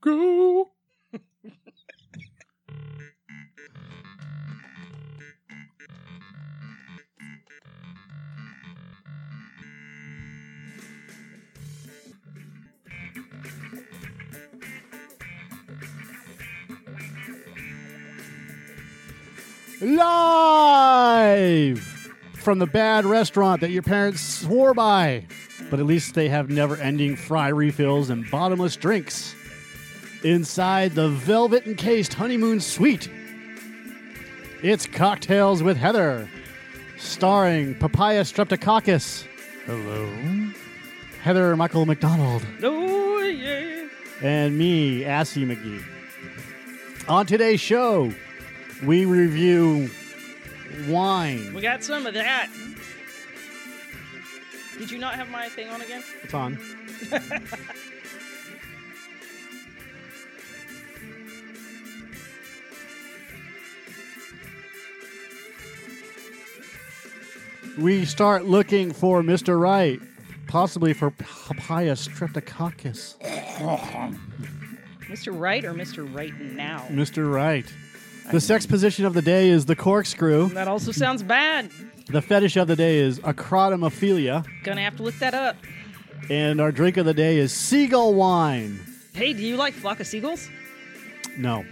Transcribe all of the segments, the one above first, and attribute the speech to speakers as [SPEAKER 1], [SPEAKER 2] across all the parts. [SPEAKER 1] go.
[SPEAKER 2] live from the bad restaurant that your parents swore by. But at least they have never ending fry refills and bottomless drinks. Inside the velvet encased honeymoon suite, it's Cocktails with Heather, starring Papaya Streptococcus,
[SPEAKER 1] Hello.
[SPEAKER 2] Heather Michael McDonald,
[SPEAKER 1] Oh yeah.
[SPEAKER 2] and me, Assy McGee. On today's show, we review wine.
[SPEAKER 3] We got some of that. Did you not have my thing on again?
[SPEAKER 2] It's on. we start looking for Mr. Right, possibly for Papaya streptococcus.
[SPEAKER 3] Mr. Right or Mr. Right now?
[SPEAKER 2] Mr. Right. The sex position of the day is the corkscrew.
[SPEAKER 3] That also sounds bad.
[SPEAKER 2] The fetish of the day is acrotomophilia.
[SPEAKER 3] Gonna have to look that up.
[SPEAKER 2] And our drink of the day is seagull wine.
[SPEAKER 3] Hey, do you like flock of seagulls?
[SPEAKER 2] No.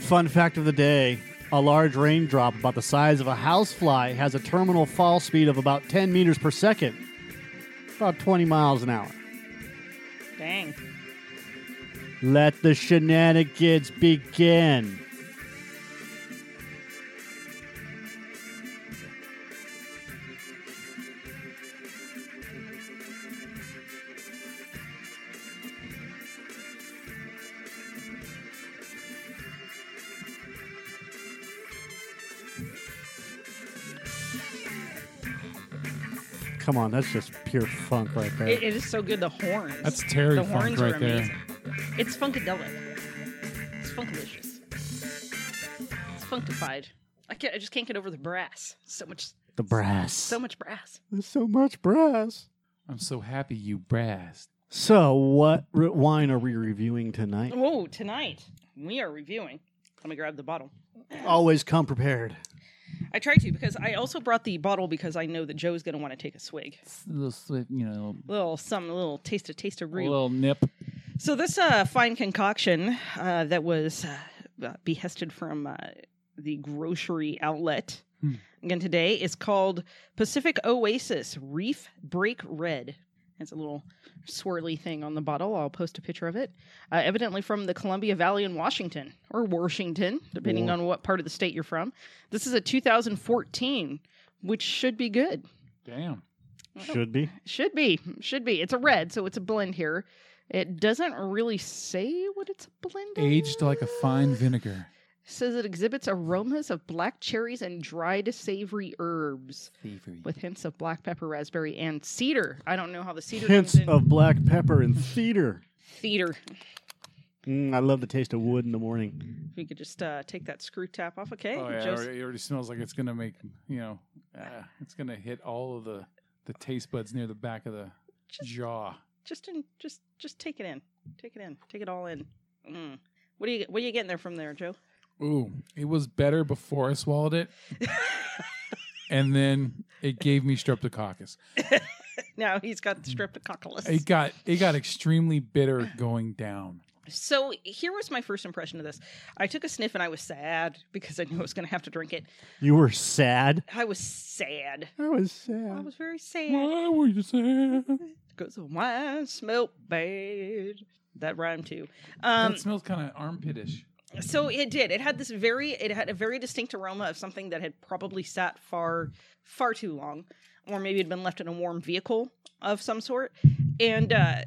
[SPEAKER 2] Fun fact of the day a large raindrop about the size of a housefly has a terminal fall speed of about 10 meters per second, about 20 miles an hour.
[SPEAKER 3] Dang.
[SPEAKER 2] Let the shenanigans begin. Come on, that's just pure funk right there.
[SPEAKER 3] It, it is so good. The horns.
[SPEAKER 1] That's Terry
[SPEAKER 3] The
[SPEAKER 1] Funk
[SPEAKER 3] horns
[SPEAKER 1] right
[SPEAKER 3] are
[SPEAKER 1] there.
[SPEAKER 3] amazing. It's funkadelic. It's funkalicious. It's funkified. I can't. I just can't get over the brass. So much.
[SPEAKER 2] the brass.
[SPEAKER 3] So much brass.
[SPEAKER 2] There's so much brass.
[SPEAKER 1] I'm so happy you brassed.
[SPEAKER 2] So, what re- wine are we reviewing tonight?
[SPEAKER 3] Whoa! Tonight we are reviewing. Let me grab the bottle.
[SPEAKER 2] Always come prepared.
[SPEAKER 3] I try to because I also brought the bottle because I know that Joe's going to want to take a swig.
[SPEAKER 1] A little slip, you know,
[SPEAKER 3] Little some little taste of taste of
[SPEAKER 1] a
[SPEAKER 3] root.
[SPEAKER 1] little nip.
[SPEAKER 3] So this uh, fine concoction uh, that was uh, uh, behested from uh, the grocery outlet
[SPEAKER 1] Hmm.
[SPEAKER 3] again today is called Pacific Oasis Reef Break Red. It's a little swirly thing on the bottle. I'll post a picture of it. Uh, evidently from the Columbia Valley in Washington or Washington, depending
[SPEAKER 2] War.
[SPEAKER 3] on what part of the state you're from. This is a 2014, which should be good.
[SPEAKER 1] Damn.
[SPEAKER 2] Should be.
[SPEAKER 3] Should be. Should be. It's a red, so it's a blend here. It doesn't really say what it's a blend of.
[SPEAKER 1] Aged like a fine vinegar.
[SPEAKER 3] Says it exhibits aromas of black cherries and dried savory herbs
[SPEAKER 1] Savory.
[SPEAKER 3] with hints of black pepper, raspberry, and cedar. I don't know how the cedar
[SPEAKER 2] Hints
[SPEAKER 3] comes in.
[SPEAKER 2] of black pepper and cedar.
[SPEAKER 3] cedar.
[SPEAKER 2] Mm, I love the taste of wood in the morning.
[SPEAKER 3] If we could just uh, take that screw tap off, okay?
[SPEAKER 1] Oh, yeah, it
[SPEAKER 3] Joe's-
[SPEAKER 1] already, it already smells like it's gonna make you know, uh, it's gonna hit all of the the taste buds near the back of the
[SPEAKER 3] Just-
[SPEAKER 1] jaw.
[SPEAKER 3] just in, just just take it in. Take it in. Take it all in. Mm. What are you what are you getting there from there, Joe?
[SPEAKER 1] Ooh, it was better before I swallowed it, and then it gave me streptococcus.
[SPEAKER 3] now he's got streptococcus.
[SPEAKER 1] It got it got extremely bitter going down.
[SPEAKER 3] So here was my first impression of this. I took a sniff and I was sad because I knew I was going to have to drink it.
[SPEAKER 2] You were sad.
[SPEAKER 3] I was sad.
[SPEAKER 2] I was
[SPEAKER 3] I
[SPEAKER 2] sad. Uh-huh.
[SPEAKER 3] was very sad
[SPEAKER 1] Why were you sad?
[SPEAKER 3] because the wine smelled bad. That rhymed too. Um,
[SPEAKER 1] that smells kind of armpitish.
[SPEAKER 3] so it did. It had this very. It had a very distinct aroma of something that had probably sat far, far too long, or maybe had been left in a warm vehicle of some sort. And uh,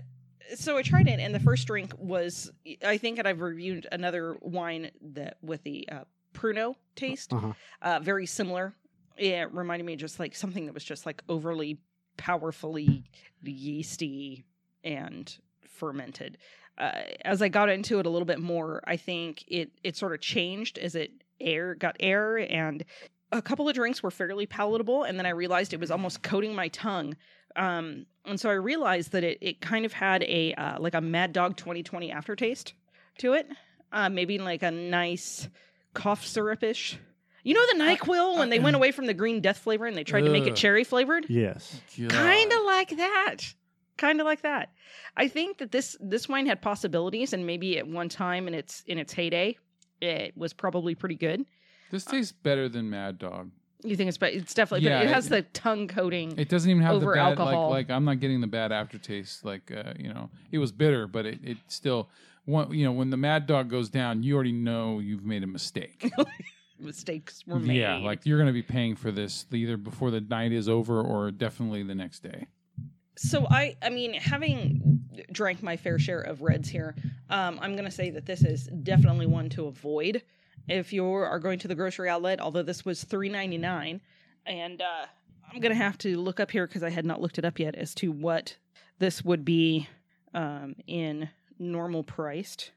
[SPEAKER 3] so I tried it, and the first drink was. I think, and I've reviewed another wine that with the uh, pruno taste.
[SPEAKER 2] Uh-huh.
[SPEAKER 3] uh, very similar. It reminded me just like something that was just like overly powerfully yeasty and fermented. Uh, as I got into it a little bit more, I think it it sort of changed as it air got air and a couple of drinks were fairly palatable, and then I realized it was almost coating my tongue. Um, and so I realized that it, it kind of had a uh, like a Mad Dog 2020 aftertaste to it. Uh, maybe like a nice cough syrup-ish. You know the NyQuil when they went away from the green death flavor and they tried to make it
[SPEAKER 1] Ugh.
[SPEAKER 3] cherry flavored?
[SPEAKER 2] Yes.
[SPEAKER 3] kind of like that kind of like that i think that this this wine had possibilities and maybe at one time in its in its heyday it was probably pretty good
[SPEAKER 1] This tastes better than Mad Dog.
[SPEAKER 3] you think it's but it's definitely
[SPEAKER 1] Yeah,
[SPEAKER 3] but it
[SPEAKER 1] it-
[SPEAKER 3] has the tongue coating
[SPEAKER 1] It doesn't even have
[SPEAKER 3] Over
[SPEAKER 1] the bad
[SPEAKER 3] alcohol.
[SPEAKER 1] like like I'm not getting the bad aftertaste. Like uh, you know, it was bitter, but it, it still one you know, when the mad dog goes down, you already know you've made a mistake.
[SPEAKER 3] mistakes were made
[SPEAKER 1] yeah, like you're gonna be paying for this either before the night is over or definitely the next day.
[SPEAKER 3] so i i mean having drank my fair share of reds here um i'm gonna say that this is definitely one to avoid if you are going to the grocery outlet although this was 3.99 and uh i'm gonna have to look up here because i had not looked it up yet as to what this would be um in normal priced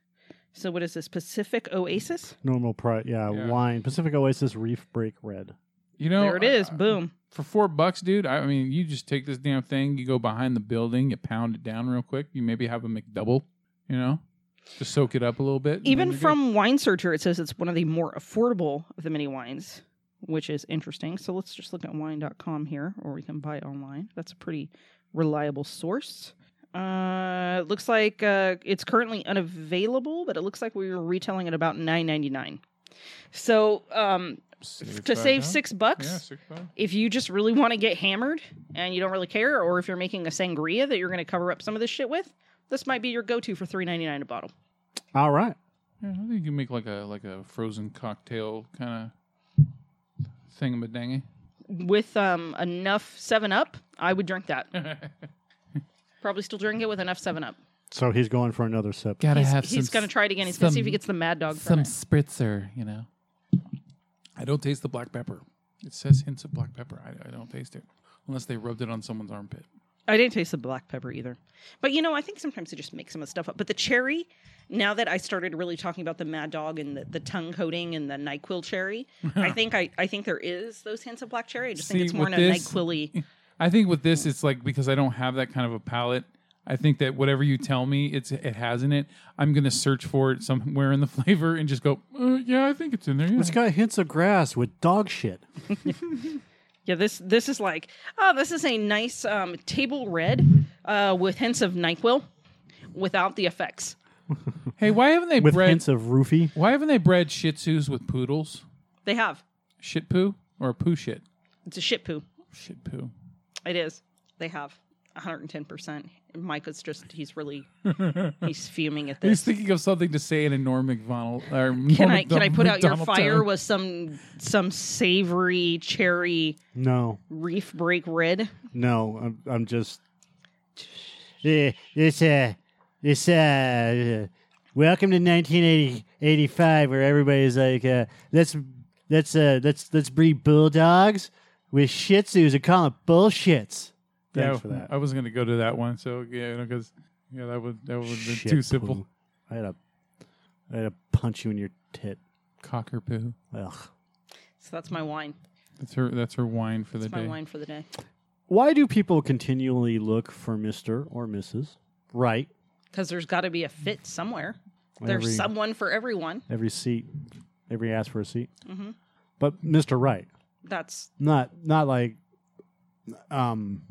[SPEAKER 3] so what is this pacific oasis
[SPEAKER 2] Normal price. Yeah,
[SPEAKER 1] Yeah.
[SPEAKER 2] Wine. Pacific Oasis Reef Break Red.
[SPEAKER 1] You know
[SPEAKER 3] there it is
[SPEAKER 1] I- I-
[SPEAKER 3] boom
[SPEAKER 1] for four bucks, dude. I, I mean, you just take this damn thing, you go behind the building, you pound it down real quick. You maybe have a McDouble, you know, to soak it up a little bit. and then
[SPEAKER 3] even
[SPEAKER 1] you're good.
[SPEAKER 3] from wine searcher it says it's one of the more affordable of the mini wines which is interesting so let's just look at wine.com here or we can buy it online that's a pretty reliable source uh it looks like uh it's currently unavailable but it looks like we were retailing at about 9.99 so um
[SPEAKER 1] Save
[SPEAKER 3] to
[SPEAKER 1] five
[SPEAKER 3] save
[SPEAKER 1] bucks?
[SPEAKER 3] six bucks
[SPEAKER 1] Yeah, six bucks.
[SPEAKER 3] if you just really want to get hammered and you don't really care or if you're making a sangria that you're going to cover up some of this shit with this might be your go-to for 3.99 a bottle
[SPEAKER 2] All right.
[SPEAKER 1] Yeah, I think you can make like a like a frozen cocktail kind of thingamadingy.
[SPEAKER 3] with um enough seven up, I would drink that.
[SPEAKER 1] Gotta
[SPEAKER 3] Probably still drink it with enough seven up.
[SPEAKER 2] So he's going for another sip.
[SPEAKER 3] He's, he's gonna try it again. He's gonna see if he gets the mad dog from it.
[SPEAKER 1] spritzer, you know. I don't taste the black pepper. It says hints of black pepper. I, I don't taste it unless they rubbed it on someone's armpit.
[SPEAKER 3] I didn't taste the black pepper either. But you know, I think sometimes they just make some of the stuff up. But the cherry, now that I started really talking about the mad dog and the, the tongue coating and the NyQuil cherry, I think I, I think there is those hints of black cherry. I just think
[SPEAKER 1] See,
[SPEAKER 3] it's more in
[SPEAKER 1] with
[SPEAKER 3] a
[SPEAKER 1] this-
[SPEAKER 3] NyQuil y.
[SPEAKER 1] I think with this, it's like because I don't have that kind of a palate. I think that whatever you tell me, it's it has in it. I'm gonna search for it somewhere in the flavor and just go, uh, yeah, I think it's in there. yeah."
[SPEAKER 2] It's got hints of grass with dog shit.
[SPEAKER 3] Yeah, this this is like oh, this is a nice um, table red uh, with hints of NyQuil without the effects.
[SPEAKER 1] Hey, why haven't they
[SPEAKER 2] With
[SPEAKER 1] bred?
[SPEAKER 2] hints of roofie.
[SPEAKER 1] Why haven't they bred Shih Tzus with poodles?
[SPEAKER 3] They have.
[SPEAKER 1] shit poo or poo shit?
[SPEAKER 3] It's a shit poo.
[SPEAKER 1] Shit poo.
[SPEAKER 3] It is. They have 110%. Mike is just, he's really, he's fuming at this.
[SPEAKER 1] He's thinking of something to say in a Norm McDonald. Or
[SPEAKER 3] Can I can I put out your fire with some some savory cherry
[SPEAKER 2] No,
[SPEAKER 3] reef break red?
[SPEAKER 2] no. I'm, I'm just. Eh, It's uh, it's uh, welcome to 1985, where everybody's like, uh, let's let's uh, let's let's breed bulldogs with Shih Tzus and call them bullshits. Thanks
[SPEAKER 1] yeah,
[SPEAKER 2] for that.
[SPEAKER 1] I was gonna go to that one. So yeah, because yeah, that would that would have been
[SPEAKER 2] Shit
[SPEAKER 1] too simple.
[SPEAKER 2] poo. I had a, I had to punch you in your tit.
[SPEAKER 1] Cocker poo.
[SPEAKER 2] Ugh.
[SPEAKER 3] So that's my wine.
[SPEAKER 1] That's her. That's her wine for
[SPEAKER 3] That's
[SPEAKER 1] the
[SPEAKER 3] my
[SPEAKER 1] day.
[SPEAKER 3] wine for the day.
[SPEAKER 2] Why do people continually look for Mister or Mrs. Right?
[SPEAKER 3] Because there's got to be a fit somewhere. There's
[SPEAKER 2] Every-
[SPEAKER 3] someone for everyone.
[SPEAKER 2] every seat, every ass for a seat. But Mr. Right,
[SPEAKER 3] That's
[SPEAKER 2] not not like, um,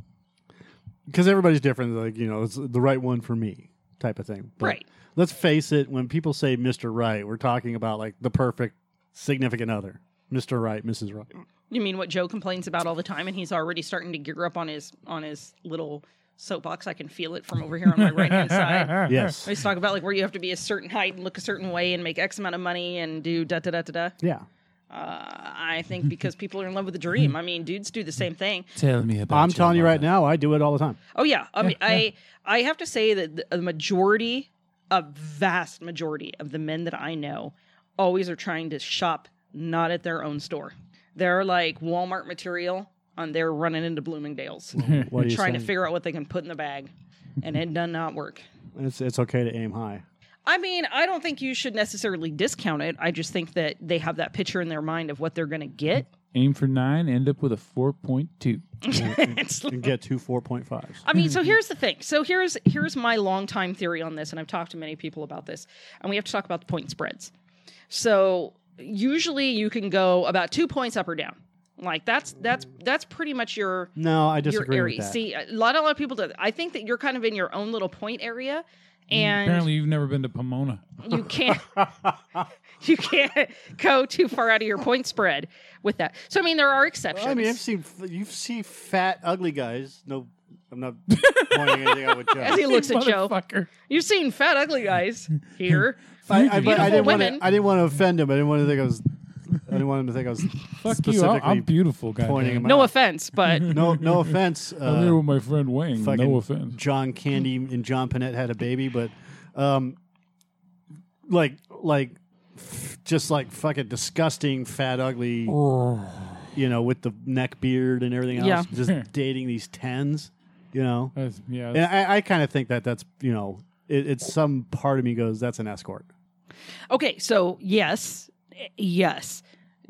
[SPEAKER 2] because everybody's different. Like you know, it's the right one for me type of thing. But
[SPEAKER 3] Right.
[SPEAKER 2] Let's face it. When people say Mr. Right, we're talking about like the perfect significant other, Mr. Right, Mrs. Right.
[SPEAKER 3] you mean what Joe complains about all the time, and he's already starting to gear up on his on his little soapbox. I can feel it from over here on my right hand side.
[SPEAKER 2] Yes.
[SPEAKER 3] Always talk about like where you have to be a certain height and look a certain way and make X amount of money and do da da da da da.
[SPEAKER 2] Yeah.
[SPEAKER 3] Uh, I think because people are in love with the dream. I mean, dudes do the same thing.
[SPEAKER 1] Tell me about.
[SPEAKER 2] I'm telling you right now, I do it all the time.
[SPEAKER 3] Oh yeah, I mean, I I have to say that the- the majority, a vast majority of the men that I know, always are trying to shop not at their own store. They're like Walmart material on their running into Bloomingdale's,
[SPEAKER 2] What are you
[SPEAKER 3] trying to
[SPEAKER 2] saying?
[SPEAKER 3] figure out what they can put in the bag, and it does not work.
[SPEAKER 2] It's it's okay to aim high.
[SPEAKER 3] I mean, I don't think you should necessarily discount it. I just think that they have that picture in their mind of what they're going to get,
[SPEAKER 1] Aim for nine, end up with a 4.2.
[SPEAKER 3] It's
[SPEAKER 2] and get two 4.5s.
[SPEAKER 3] I mean,
[SPEAKER 2] Mm-hmm.
[SPEAKER 3] so here's the thing. So here's here's my longtime theory on this, and I've talked to many people about this, and we have to talk about the point spreads. So usually you can go about two points up or down. Like that's that's that's pretty much your
[SPEAKER 2] No, I
[SPEAKER 3] your
[SPEAKER 2] disagree with
[SPEAKER 3] area.
[SPEAKER 2] that.
[SPEAKER 3] See, a lot a lot of people do. I think that you're kind of in your own little point area,
[SPEAKER 2] Mm-hmm.
[SPEAKER 3] and
[SPEAKER 1] Apparently, you've never been to Pomona.
[SPEAKER 3] you can't you can't go too far out of your point spread with that. So I mean, there are exceptions.
[SPEAKER 2] I mean, I've seen you've seen fat, ugly guys. No, I'm not pointing anything out with Joe.
[SPEAKER 3] As he looks at Joe,
[SPEAKER 1] Motherfucker.
[SPEAKER 3] you've seen fat, ugly guys here.
[SPEAKER 2] I, I, but I
[SPEAKER 3] Beautiful
[SPEAKER 2] didn't want
[SPEAKER 3] women.
[SPEAKER 2] to. I didn't want to offend him. I didn't want to think I was. I didn't want him to think I was
[SPEAKER 1] Fuck you. I-
[SPEAKER 2] specifically
[SPEAKER 1] I'm beautiful, guy.
[SPEAKER 2] pointing him
[SPEAKER 1] Pointing
[SPEAKER 2] out.
[SPEAKER 3] No offense, but
[SPEAKER 2] No, no offense.
[SPEAKER 1] I'm here
[SPEAKER 2] Uh,
[SPEAKER 1] with my friend Wayne.
[SPEAKER 2] fucking
[SPEAKER 1] No offense.
[SPEAKER 2] John Candy and John Panette had a baby, but um, like, like, f- just like fucking disgusting, fat, ugly. You know, with the neck beard and everything else,
[SPEAKER 3] Yeah. Hmm.
[SPEAKER 2] just dating these tens. You know,
[SPEAKER 1] That's- yeah.
[SPEAKER 2] and I, I kind of think that that's you know, it, it's some part of me goes that's an escort.
[SPEAKER 3] Okay, so yes, eh, yes,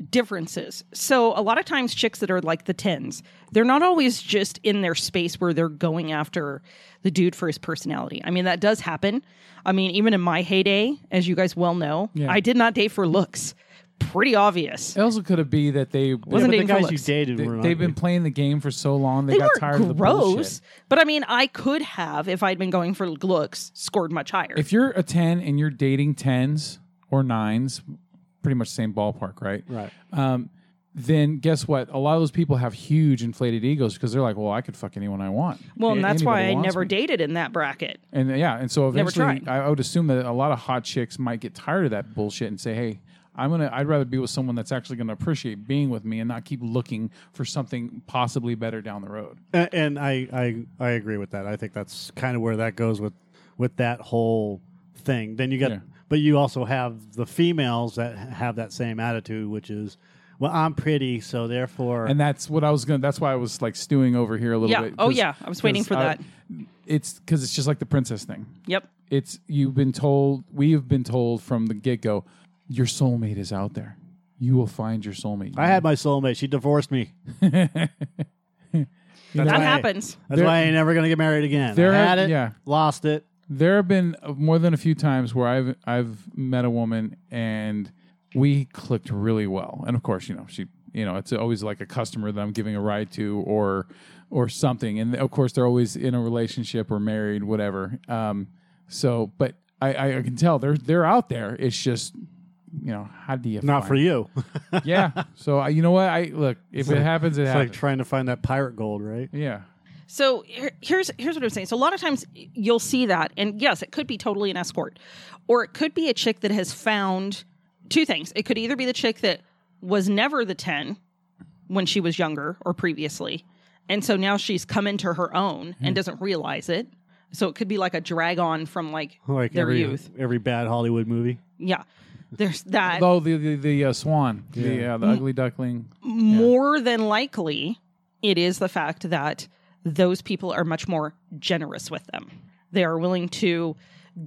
[SPEAKER 3] differences. So a lot of times, chicks that are like the tens, they're not always just in their space where they're going after the dude for his personality. I mean, that does happen. I mean, even in my heyday, as you guys well know,
[SPEAKER 1] Yeah.
[SPEAKER 3] I did not date for looks. Pretty obvious.
[SPEAKER 1] it also could it be that they
[SPEAKER 3] Wasn't
[SPEAKER 2] but the
[SPEAKER 3] dating for
[SPEAKER 2] guys you
[SPEAKER 3] looks.
[SPEAKER 2] dated
[SPEAKER 1] they,
[SPEAKER 2] were not
[SPEAKER 1] they've been playing the game for so long they,
[SPEAKER 3] They
[SPEAKER 1] got
[SPEAKER 3] weren't
[SPEAKER 1] tired of the
[SPEAKER 3] gross,
[SPEAKER 1] bullshit.
[SPEAKER 3] but I mean, I could have if I'd been going for looks, scored much higher.
[SPEAKER 1] If you're a ten and you're dating tens or nines, pretty much same ballpark, right?
[SPEAKER 2] right.
[SPEAKER 1] Um, then guess what? A lot of those people have huge inflated egos because they're like, "Well, I could fuck anyone I want."
[SPEAKER 3] well,
[SPEAKER 1] A-
[SPEAKER 3] and that's why
[SPEAKER 1] anybody
[SPEAKER 3] I
[SPEAKER 1] wants
[SPEAKER 3] never
[SPEAKER 1] me.
[SPEAKER 3] dated in that bracket.
[SPEAKER 1] And uh, yeah, and so
[SPEAKER 3] Never
[SPEAKER 1] eventually,
[SPEAKER 3] tried.
[SPEAKER 1] I, I would assume that a lot of hot chicks might get tired of that bullshit and say, "Hey, I'm gonna. I'd rather be with someone that's actually gonna appreciate being with me and not keep looking for something possibly better down the road."
[SPEAKER 2] A- and I, I I agree with that. I think that's kind of where that goes with with that whole thing. Then you got,
[SPEAKER 1] Yeah.
[SPEAKER 2] but you also have the females that have that same attitude, which is, well, I'm pretty, so therefore,
[SPEAKER 1] And that's what I was gonna. That's why I was like stewing over here a little
[SPEAKER 3] Yeah.
[SPEAKER 1] bit.
[SPEAKER 3] Oh,
[SPEAKER 1] 'cause-
[SPEAKER 3] yeah. I was waiting
[SPEAKER 1] 'cause
[SPEAKER 3] for
[SPEAKER 1] I-
[SPEAKER 3] that.
[SPEAKER 1] It's because it's just like the princess thing.
[SPEAKER 3] Yep.
[SPEAKER 1] It's you've been told. We have been told from the get go, your soulmate is out there. You will find your soulmate.
[SPEAKER 2] I had my soulmate. She divorced me. that's
[SPEAKER 3] That
[SPEAKER 2] why I-
[SPEAKER 3] happens.
[SPEAKER 2] that's
[SPEAKER 1] There-
[SPEAKER 2] why I ain't never gonna get married again.
[SPEAKER 1] There
[SPEAKER 2] I had
[SPEAKER 1] are-
[SPEAKER 2] it,
[SPEAKER 1] yeah.
[SPEAKER 2] lost it.
[SPEAKER 1] There have been more than a few times where I've I've met a woman and we clicked really well. And of course, you know, she you know, it's always like a customer that I'm giving a ride to or or something. And of course they're always in a relationship or married, whatever. Um so but I, I, I can tell they're they're out there. It's just you know, how do you
[SPEAKER 2] Not
[SPEAKER 1] find-
[SPEAKER 2] for you.
[SPEAKER 1] Yeah. So I, you know what? I look, if it happens, it
[SPEAKER 2] It's
[SPEAKER 1] happens.
[SPEAKER 2] like trying to find that pirate gold, right?
[SPEAKER 1] yeah.
[SPEAKER 3] So here- here's here's what I'm saying. So a lot of times you'll see that, and yes, it could be totally an escort, or it could be a chick that has found two things. It could either be the chick that was never the ten when she was younger or previously, and so now she's come into her own
[SPEAKER 1] Hmm.
[SPEAKER 3] and doesn't realize it. So it could be like a drag on from like,
[SPEAKER 2] Like
[SPEAKER 3] their
[SPEAKER 2] every
[SPEAKER 3] youth.
[SPEAKER 2] every bad Hollywood movie.
[SPEAKER 3] Yeah, there's that.
[SPEAKER 1] Though the the, the uh, swan, the uh, the ugly duckling.
[SPEAKER 3] more than likely it is the fact that those people are much more generous with them they are willing to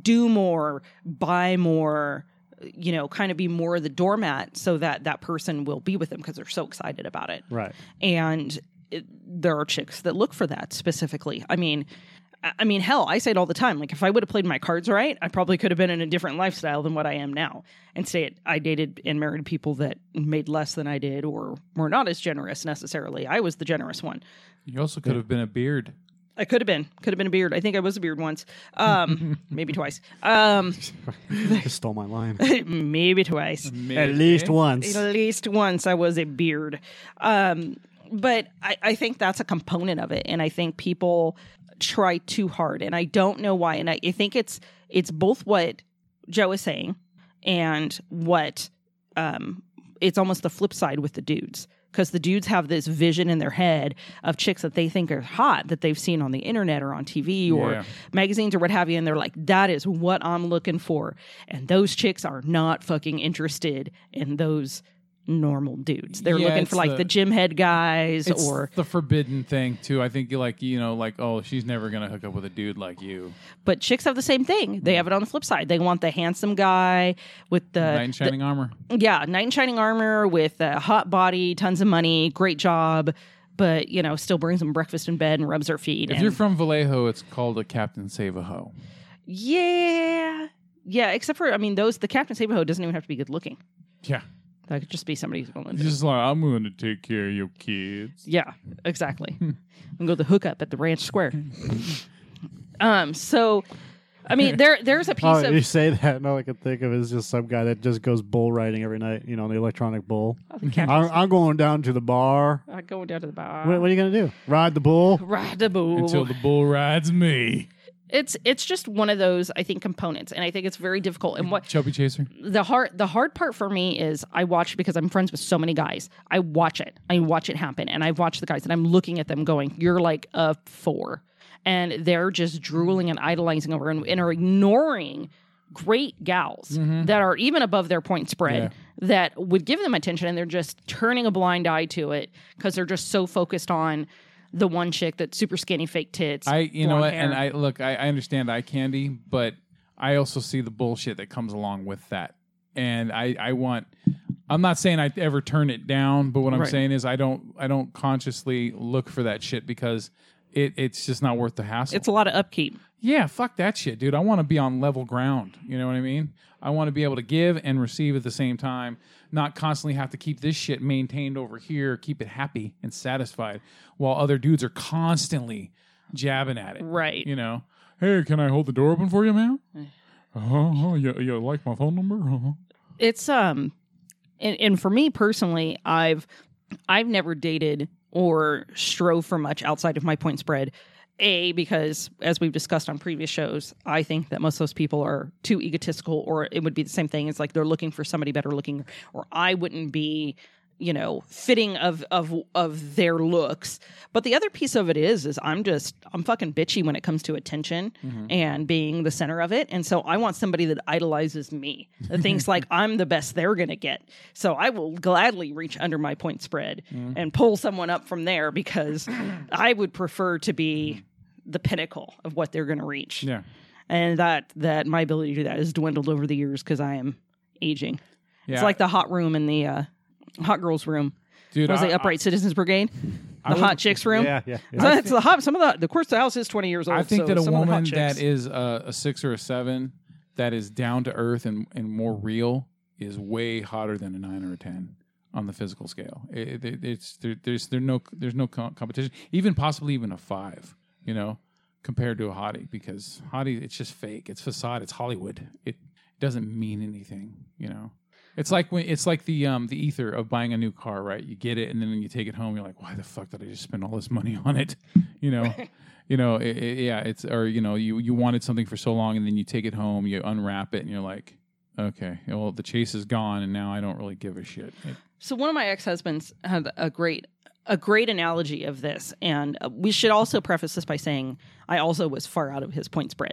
[SPEAKER 3] do more buy more you know kind of be more of the doormat so that that person will be with them because they're so excited about it
[SPEAKER 2] Right.
[SPEAKER 3] and it, there are chicks that look for that specifically i mean I- I mean, hell, I say it all the time. Like, if I would have played my cards right, I probably could have been in a different lifestyle than what I am now. Instead, I dated and married people that made less than I did or were not as generous necessarily. I was the generous one.
[SPEAKER 1] You also could have been a beard.
[SPEAKER 3] I could have been, could have been a beard. I think I was a beard once, um, maybe twice, um,
[SPEAKER 2] Just stole my line.
[SPEAKER 3] maybe twice.
[SPEAKER 2] At least once.
[SPEAKER 3] At least once I was a beard. Um, but I, I think that's a component of it. And I think people try too hard. And I don't know why. And I, I think it's it's both what Joe is saying and what um, it's almost the flip side with the dudes. Because the dudes have this vision in their head of chicks that they think are hot that they've seen on the internet or on TV or
[SPEAKER 1] Yeah.
[SPEAKER 3] magazines or what have you. And they're like, that is what I'm looking for. And those chicks are not fucking interested in those normal dudes. They're
[SPEAKER 1] Yeah,
[SPEAKER 3] looking
[SPEAKER 1] it's
[SPEAKER 3] for like
[SPEAKER 1] the-
[SPEAKER 3] the, gym head guys
[SPEAKER 1] It's
[SPEAKER 3] or
[SPEAKER 1] the forbidden thing too. I think you like you know like oh she's never gonna hook up with a dude like you.
[SPEAKER 3] but chicks have the same thing. They have it on the flip side. They want the handsome guy with Uh, the
[SPEAKER 1] Knight in shining armor.
[SPEAKER 3] the- yeah, knight in shining armor with a hot body, tons of money, great job, but you know, still brings them breakfast in bed and rubs their feet.
[SPEAKER 1] If
[SPEAKER 3] and-
[SPEAKER 1] you're from Vallejo, it's called a Captain Save a Hoe.
[SPEAKER 3] yeah. Yeah, except for I mean those the Captain Sabaho doesn't even have to be good looking.
[SPEAKER 1] Yeah,
[SPEAKER 3] That could just be somebody who's willing to
[SPEAKER 1] just like I'm going to take care of your kids.
[SPEAKER 3] Yeah, exactly.
[SPEAKER 1] Hmm.
[SPEAKER 3] and go to the hookup at the ranch square. um, so I mean there there's a piece
[SPEAKER 2] Oh,
[SPEAKER 3] of
[SPEAKER 2] you say that, and all I can think of is just some guy that just goes bull riding every night, you know, on the electronic bull.
[SPEAKER 3] Oh, the captain's-
[SPEAKER 2] I'm, I'm going down to the bar.
[SPEAKER 3] uh, going down to the bar.
[SPEAKER 2] What, what are you going to do? Ride the bull?
[SPEAKER 3] Ride the bull.
[SPEAKER 1] Until the bull rides me,
[SPEAKER 3] it's it's just one of those I think components, and I think it's very difficult. And what
[SPEAKER 1] Chubby Chaser.
[SPEAKER 3] the hard the hard part for me is I watch because I'm friends with so many guys. I watch it. I watch it happen and I watch the guys and I'm looking at them going, You're like a four. And they're just drooling and idolizing over and, and are ignoring great gals that are even above their point spread that would give them attention and they're just turning a blind eye to it because they're just so focused on the one chick that's super skinny, fake tits.
[SPEAKER 1] I you know
[SPEAKER 3] blonde
[SPEAKER 1] what,
[SPEAKER 3] hair.
[SPEAKER 1] and I look, I, I understand eye candy, but I also see the bullshit that comes along with that, and I I want. I'm not saying I ever turn it down, but what I'm
[SPEAKER 3] Right.
[SPEAKER 1] saying is I don't I don't consciously look for that shit because it it's just not worth the hassle.
[SPEAKER 3] it's a lot of upkeep.
[SPEAKER 1] yeah, fuck that shit, dude. I want to be on level ground. You know what I mean? I want to be able to give and receive at the same time, not constantly have to keep this shit maintained over here, keep it happy and satisfied while other dudes are constantly jabbing at it
[SPEAKER 3] Right.
[SPEAKER 1] you know, hey, can I hold the door open for you, ma'am?
[SPEAKER 3] Eh.
[SPEAKER 1] Oh, you, you like my phone number? Uh-huh.
[SPEAKER 3] it's um and, and for me personally i've i've never dated or strove for much outside of my point spread a because as we've discussed on previous shows i think that most of those people are too egotistical or it would be the same thing it's like they're looking for somebody better looking or i wouldn't be you know fitting of of of their looks but the other piece of it is is i'm just i'm fucking bitchy when it comes to attention
[SPEAKER 1] Mm-hmm.
[SPEAKER 3] and being the center of it and so i want somebody that idolizes me that thinks like i'm the best they're gonna get so i will gladly reach under my point spread
[SPEAKER 1] Mm.
[SPEAKER 3] and pull someone up from there because i would prefer to be the pinnacle of what they're gonna reach
[SPEAKER 1] Mm-hmm. Yeah.
[SPEAKER 3] and that that my ability to do that has dwindled over the years because i am aging
[SPEAKER 1] Yeah.
[SPEAKER 3] it's like the hot room in the uh, hot girls room
[SPEAKER 1] dude,
[SPEAKER 3] was
[SPEAKER 1] I-
[SPEAKER 3] it Upright Citizens Brigade? The hot chicks room.
[SPEAKER 2] Yeah, yeah. yeah.
[SPEAKER 3] So it's the hot. Some of the, of course, the house is twenty years old.
[SPEAKER 1] I, I think
[SPEAKER 3] so
[SPEAKER 1] that a
[SPEAKER 3] some of the hot
[SPEAKER 1] woman
[SPEAKER 3] chicks-
[SPEAKER 1] that is a, a six or a seven that is down to earth and, and more real is way hotter than a nine or a 10 on the physical scale. It, it- it's there, there's there no there's no co- competition, even possibly even a five, you know, compared to a hottie because hottie it's just fake, it's facade, it's Hollywood. It doesn't mean anything, you know. It's like when it's like the um the ether of buying a new car, right? You get it, and then when you take it home, you're like, why the fuck did I just spend all this money on it? You know, you know, i i yeah. It's or you know, you you wanted something for so long, and then you take it home, you unwrap it, and you're like, okay, well the chase is gone, and now I don't really give a shit. It-
[SPEAKER 3] So one of my ex husbands had a great a great analogy of this, and uh, we should also preface this by saying I also was far out of his point spread,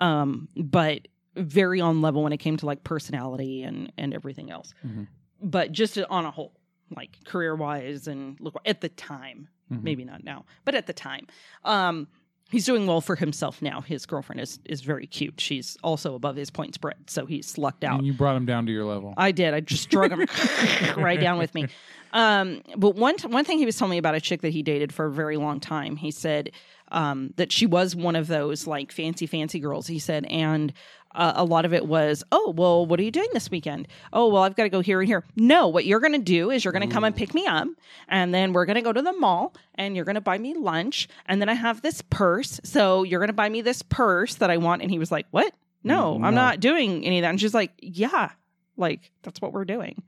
[SPEAKER 3] um, but very on level when it came to like personality and and everything else.
[SPEAKER 1] Mhm.
[SPEAKER 3] But just on a whole, like career wise and look at the time,
[SPEAKER 1] Mhm.
[SPEAKER 3] maybe not now, but at the time, um, he's doing well for himself now. His girlfriend is is very cute. She's also above his point spread, so he's lucked out.
[SPEAKER 1] And you brought him down to your level.
[SPEAKER 3] I did. I just drug him right down with me. Um, but one t- one thing he was telling me about a chick that he dated for a very long time. He said um, that she was one of those like fancy fancy girls. He said, and uh, a lot of it was, oh well, what are you doing this weekend? Oh well, I've got to go here and here. No, what you're going to do is you're going to come and pick me up, and then we're going to go to the mall, and you're going to buy me lunch, and then I have this purse, so you're going to buy me this purse that I want. And he was like, what? No, I'm
[SPEAKER 2] No.
[SPEAKER 3] not doing any of that. And she's like, yeah, like that's what we're doing.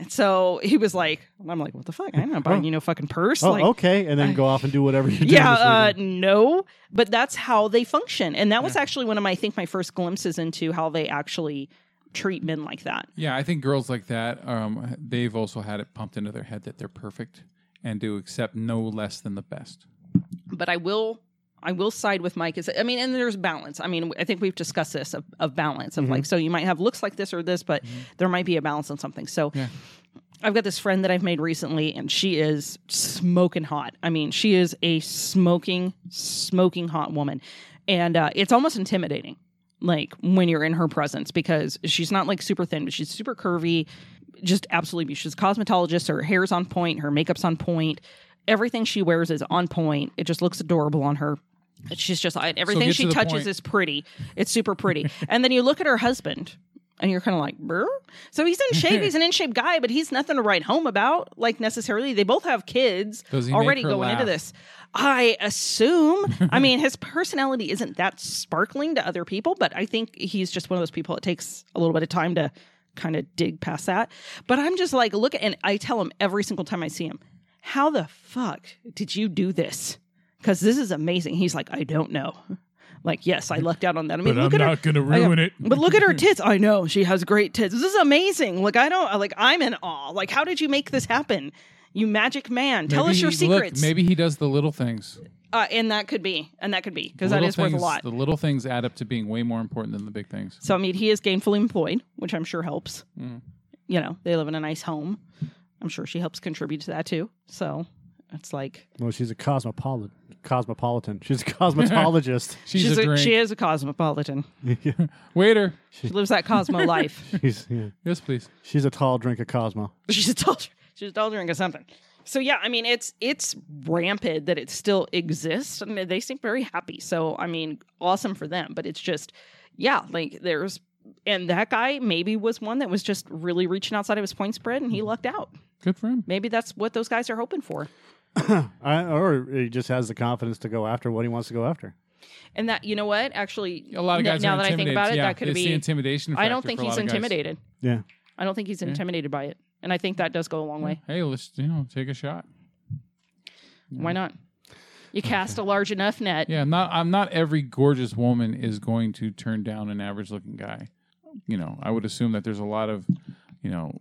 [SPEAKER 3] And so he was like, and I'm like, what the fuck? I'm not buying you no fucking purse.
[SPEAKER 2] oh,
[SPEAKER 3] like,
[SPEAKER 2] okay. And then go off and do whatever you do.
[SPEAKER 3] yeah, uh, no, but that's how they function. And that was actually one of my, I think, my first glimpses into how they actually treat men like that.
[SPEAKER 1] Yeah, I think girls like that, um, they've also had it pumped into their head that they're perfect and do accept no less than the best.
[SPEAKER 3] But I will. I will side with Mike. Is I mean, and there's balance. I mean, I think we've discussed this
[SPEAKER 2] Mm-hmm.
[SPEAKER 3] of, of balance of like, so you might have looks like this or this, but there might be a balance on something. So,
[SPEAKER 1] Yeah.
[SPEAKER 3] I've got this friend that I've made recently, and she is smoking hot. I mean, she is a smoking, smoking hot woman. And uh, it's almost intimidating, like when you're in her presence, because she's not like super thin, but she's super curvy, just absolutely. beautiful. She's a cosmetologist. Her hair's on point, her makeup's on point. Everything she wears is on point. It just looks adorable on her. She's just I- everything
[SPEAKER 1] get
[SPEAKER 3] she
[SPEAKER 1] to the
[SPEAKER 3] touches
[SPEAKER 1] point.
[SPEAKER 3] is pretty. It's super pretty. and then you look at her husband, and you're kind of like, Burr? so he's in shape. he's an in shape guy, but he's nothing to write home about, like necessarily. They both have kids
[SPEAKER 1] Does he make
[SPEAKER 3] already
[SPEAKER 1] her
[SPEAKER 3] going into
[SPEAKER 1] laugh?
[SPEAKER 3] this. I assume. I mean, his personality isn't that sparkling to other people, but I think he's just one of those people. It takes a little bit of time to kind of dig past that. But I'm just like, look, at, and I tell him every single time I see him, how the fuck did you do this? Because this is amazing. He's like, I don't know. Like, yes, I lucked out on that. I mean,
[SPEAKER 1] but I'm
[SPEAKER 3] look at her.
[SPEAKER 1] not going to
[SPEAKER 3] I know.
[SPEAKER 1] ruin it.
[SPEAKER 3] But look at her tits. I know she has great tits. This is amazing. Like I don't like I'm in awe. Like how did you make this happen? You magic man. Tell
[SPEAKER 1] Maybe
[SPEAKER 3] us your
[SPEAKER 1] he- look,
[SPEAKER 3] secrets.
[SPEAKER 1] maybe he does the little things.
[SPEAKER 3] uh, and that could be. And that could be because that
[SPEAKER 1] Little
[SPEAKER 3] is worth a
[SPEAKER 1] things-
[SPEAKER 3] lot.
[SPEAKER 1] The little things add up to being way more important than the big things.
[SPEAKER 3] So I mean, he is gainfully employed, which I'm sure helps.
[SPEAKER 1] Mm.
[SPEAKER 3] You know, they live in a nice home. I'm sure she helps contribute to that too. So it's like
[SPEAKER 2] Well, she's a cosmopolitan. Cosmopolitan. She's a cosmetologist.
[SPEAKER 1] She's,
[SPEAKER 3] she's
[SPEAKER 1] a, drink.
[SPEAKER 3] she is a cosmopolitan.
[SPEAKER 1] Waiter,
[SPEAKER 3] She lives that Cosmo life.
[SPEAKER 2] she's yeah.
[SPEAKER 1] yes, please.
[SPEAKER 2] She's a tall drink of Cosmo.
[SPEAKER 3] She's a tall. She's a tall drink or something. So yeah, I mean it's it's rampant that it still exists. I mean, they seem very happy. So I mean, awesome for them. But it's just, yeah, like there's and that guy maybe was one that was just really reaching outside of his point spread and he
[SPEAKER 1] Mm-hmm.
[SPEAKER 3] lucked out.
[SPEAKER 1] Good for him.
[SPEAKER 3] Maybe that's what those guys are hoping for.
[SPEAKER 2] I, or he just has the confidence to go after what he wants to go after.
[SPEAKER 3] And that you know what? Actually
[SPEAKER 1] A lot of
[SPEAKER 3] n-
[SPEAKER 1] guys.
[SPEAKER 3] now
[SPEAKER 1] are
[SPEAKER 3] that I think
[SPEAKER 1] intimidated.
[SPEAKER 3] about it,
[SPEAKER 1] yeah,
[SPEAKER 3] that could
[SPEAKER 1] it's the
[SPEAKER 3] be
[SPEAKER 1] intimidation.
[SPEAKER 3] I don't
[SPEAKER 1] factor
[SPEAKER 3] think
[SPEAKER 1] for a
[SPEAKER 3] he's
[SPEAKER 1] lot of guys.
[SPEAKER 3] intimidated.
[SPEAKER 2] Yeah.
[SPEAKER 3] I don't think he's intimidated by it. And I think that does go a long way.
[SPEAKER 1] Hey, let's you know take a shot.
[SPEAKER 3] Why not? You cast a large enough net.
[SPEAKER 1] Yeah, not I'm not every gorgeous woman is going to turn down an average looking guy. You know, I would assume that there's a lot of, you know,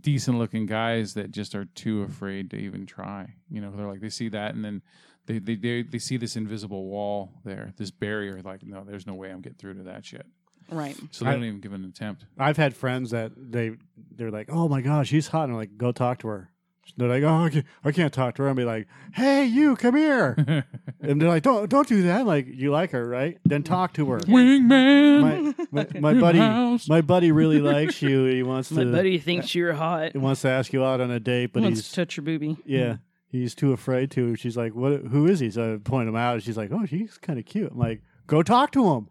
[SPEAKER 1] decent looking guys that just are too afraid to even try. You know, they're like they see that and then they they they, they see this invisible wall there, this barrier like no, there's no way I'm getting through to that shit.
[SPEAKER 3] Right.
[SPEAKER 1] So they
[SPEAKER 2] I-
[SPEAKER 1] don't even give an attempt.
[SPEAKER 2] I've had friends that they they're like, oh my gosh, she's hot, and I'm like, go talk to her. They're like, oh, I can't, I can't talk to her. I'm be like, hey, you, come here. and they're like, don't don't do that. Like, you like her, right? Then talk to her.
[SPEAKER 1] Wingman.
[SPEAKER 2] My my, my buddy,
[SPEAKER 1] House.
[SPEAKER 2] my buddy really likes you. He wants
[SPEAKER 3] My
[SPEAKER 2] to
[SPEAKER 3] buddy thinks you're hot.
[SPEAKER 2] he wants to ask you out on a date, but
[SPEAKER 3] wants
[SPEAKER 2] he's
[SPEAKER 3] to touch your boobie.
[SPEAKER 2] yeah, he's too afraid to. She's like, what? Who is he? So I point him out. And she's like, oh, she's kind of cute. I'm like, go talk to him.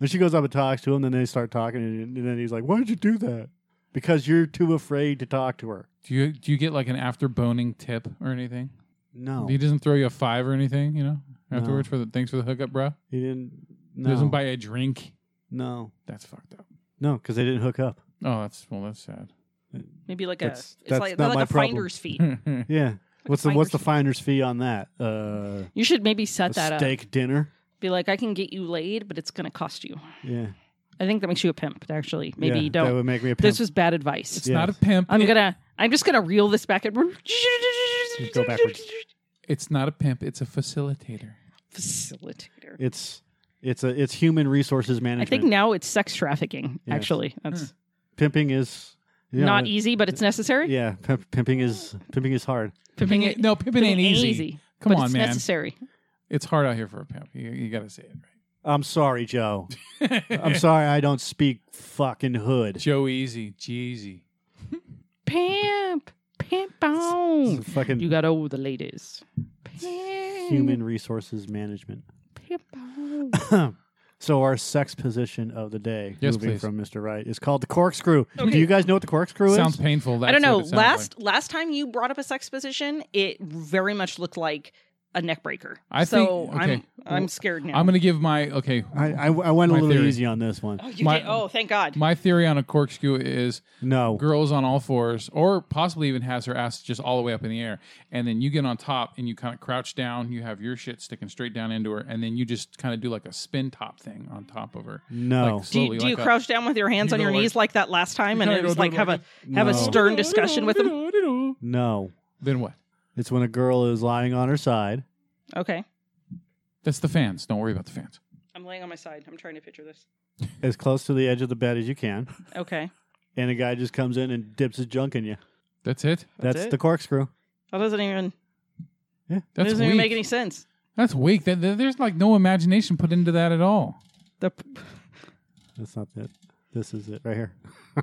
[SPEAKER 2] And she goes up and talks to him. Then they start talking, and, and then he's like, why did you do that? Because you're too afraid to talk to her.
[SPEAKER 1] do you do you get like an after boning tip or anything?
[SPEAKER 2] No,
[SPEAKER 1] He doesn't throw you a five or anything, you know? Afterwards for the thanks for the hookup, bro.
[SPEAKER 2] he didn't. No,
[SPEAKER 1] Doesn't buy a drink.
[SPEAKER 2] no,
[SPEAKER 1] That's fucked up.
[SPEAKER 2] no, because they didn't hook up.
[SPEAKER 1] Oh, that's well, that's sad.
[SPEAKER 3] Maybe like
[SPEAKER 2] That's-
[SPEAKER 3] a it's
[SPEAKER 2] that's
[SPEAKER 3] like,
[SPEAKER 2] not
[SPEAKER 3] like
[SPEAKER 2] my
[SPEAKER 3] a
[SPEAKER 2] problem.
[SPEAKER 3] finder's fee.
[SPEAKER 1] That's
[SPEAKER 2] Yeah. What's the what's the
[SPEAKER 3] finder's-
[SPEAKER 2] finder's fee on that? Uh,
[SPEAKER 3] You should maybe set
[SPEAKER 2] a
[SPEAKER 3] that
[SPEAKER 2] steak dinner.
[SPEAKER 3] up. Be like, I can get you laid, but it's gonna cost you.
[SPEAKER 2] Yeah.
[SPEAKER 3] I think that makes you a pimp. Actually, maybe
[SPEAKER 2] Yeah,
[SPEAKER 3] you
[SPEAKER 2] That
[SPEAKER 3] don't.
[SPEAKER 2] would make me a pimp.
[SPEAKER 3] This was bad advice.
[SPEAKER 2] Yeah.
[SPEAKER 1] not a pimp.
[SPEAKER 3] I'm
[SPEAKER 1] It-
[SPEAKER 3] gonna. I'm just gonna reel this back and
[SPEAKER 2] go backwards.
[SPEAKER 1] it's not a pimp. It's a facilitator.
[SPEAKER 3] Facilitator.
[SPEAKER 2] It's it's a it's human resources
[SPEAKER 3] I
[SPEAKER 2] management.
[SPEAKER 3] think now it's sex trafficking.
[SPEAKER 2] Yes.
[SPEAKER 3] Actually, that's
[SPEAKER 2] pimping is you know,
[SPEAKER 3] not
[SPEAKER 2] it-
[SPEAKER 3] easy, but it's necessary.
[SPEAKER 2] Yeah, pimp, pimping is pimping is hard.
[SPEAKER 3] Pimping it.
[SPEAKER 1] no, pimping ain't easy. Come
[SPEAKER 3] but
[SPEAKER 1] on,
[SPEAKER 3] it's
[SPEAKER 1] man.
[SPEAKER 3] necessary.
[SPEAKER 1] It's hard out here for a pimp. You, you got to say it
[SPEAKER 2] I'm sorry, Joe.
[SPEAKER 1] right.
[SPEAKER 2] I'm sorry I don't speak fucking hood.
[SPEAKER 1] Joe Easy, Jeezy.
[SPEAKER 3] Pimp, pimp
[SPEAKER 2] It's
[SPEAKER 3] on.
[SPEAKER 2] a
[SPEAKER 1] Hmm.
[SPEAKER 2] fucking
[SPEAKER 3] You got all the ladies. Pimp.
[SPEAKER 2] human resources management.
[SPEAKER 3] Pimp on.
[SPEAKER 2] So our sex position of the day,
[SPEAKER 1] Yes,
[SPEAKER 2] moving
[SPEAKER 1] please.
[SPEAKER 2] from Mr. Right, is called the corkscrew. Do
[SPEAKER 3] Okay.
[SPEAKER 2] you guys know what the corkscrew
[SPEAKER 1] Sounds
[SPEAKER 2] is?
[SPEAKER 1] painful. That's
[SPEAKER 3] I don't know.
[SPEAKER 1] what it sounds like.
[SPEAKER 3] Last last time you brought up a sex position, it very much looked like a neck breaker.
[SPEAKER 1] I
[SPEAKER 3] so
[SPEAKER 1] think- okay.
[SPEAKER 3] I'm I'm scared now.
[SPEAKER 1] I'm going to give my okay.
[SPEAKER 2] I, I, I went a
[SPEAKER 1] My
[SPEAKER 2] little
[SPEAKER 1] theory.
[SPEAKER 2] easy on this one.
[SPEAKER 3] oh, you
[SPEAKER 1] my-
[SPEAKER 3] did- oh, thank God.
[SPEAKER 1] My theory on a corkscrew is
[SPEAKER 2] No,
[SPEAKER 1] girls on all fours, or possibly even has her ass just all the way up in the air, and then you get on top and you kind of crouch down. You have your shit sticking straight down into her, and then you just kind of do like a spin top thing on top of her.
[SPEAKER 2] No.
[SPEAKER 1] like
[SPEAKER 3] do you,
[SPEAKER 1] slowly,
[SPEAKER 3] do you
[SPEAKER 1] like a-
[SPEAKER 3] crouch down with your hands
[SPEAKER 1] you
[SPEAKER 3] on your
[SPEAKER 1] go like-
[SPEAKER 3] knees like that last time, and
[SPEAKER 1] kinda
[SPEAKER 3] it
[SPEAKER 1] go
[SPEAKER 3] was
[SPEAKER 1] do
[SPEAKER 3] like
[SPEAKER 1] it
[SPEAKER 3] have
[SPEAKER 1] like
[SPEAKER 3] a have a
[SPEAKER 2] No.
[SPEAKER 3] stern discussion with them?
[SPEAKER 2] no.
[SPEAKER 1] Then what?
[SPEAKER 2] It's when a girl is lying on her side.
[SPEAKER 3] Okay,
[SPEAKER 1] That's the fans. Don't worry about the fans.
[SPEAKER 3] I'm laying on my side. I'm trying to picture this.
[SPEAKER 2] as close to the edge of the bed as you can,
[SPEAKER 3] Okay,
[SPEAKER 2] and a guy just comes in and dips his junk in you.
[SPEAKER 1] That's it.
[SPEAKER 2] That's,
[SPEAKER 3] it.
[SPEAKER 2] the corkscrew.
[SPEAKER 3] That doesn't even that
[SPEAKER 1] That's
[SPEAKER 3] doesn't
[SPEAKER 1] weak.
[SPEAKER 3] even make any sense.
[SPEAKER 1] That's weak. That, that- there's like no imagination put into that at all.
[SPEAKER 3] The
[SPEAKER 2] That's not it. This is it right here.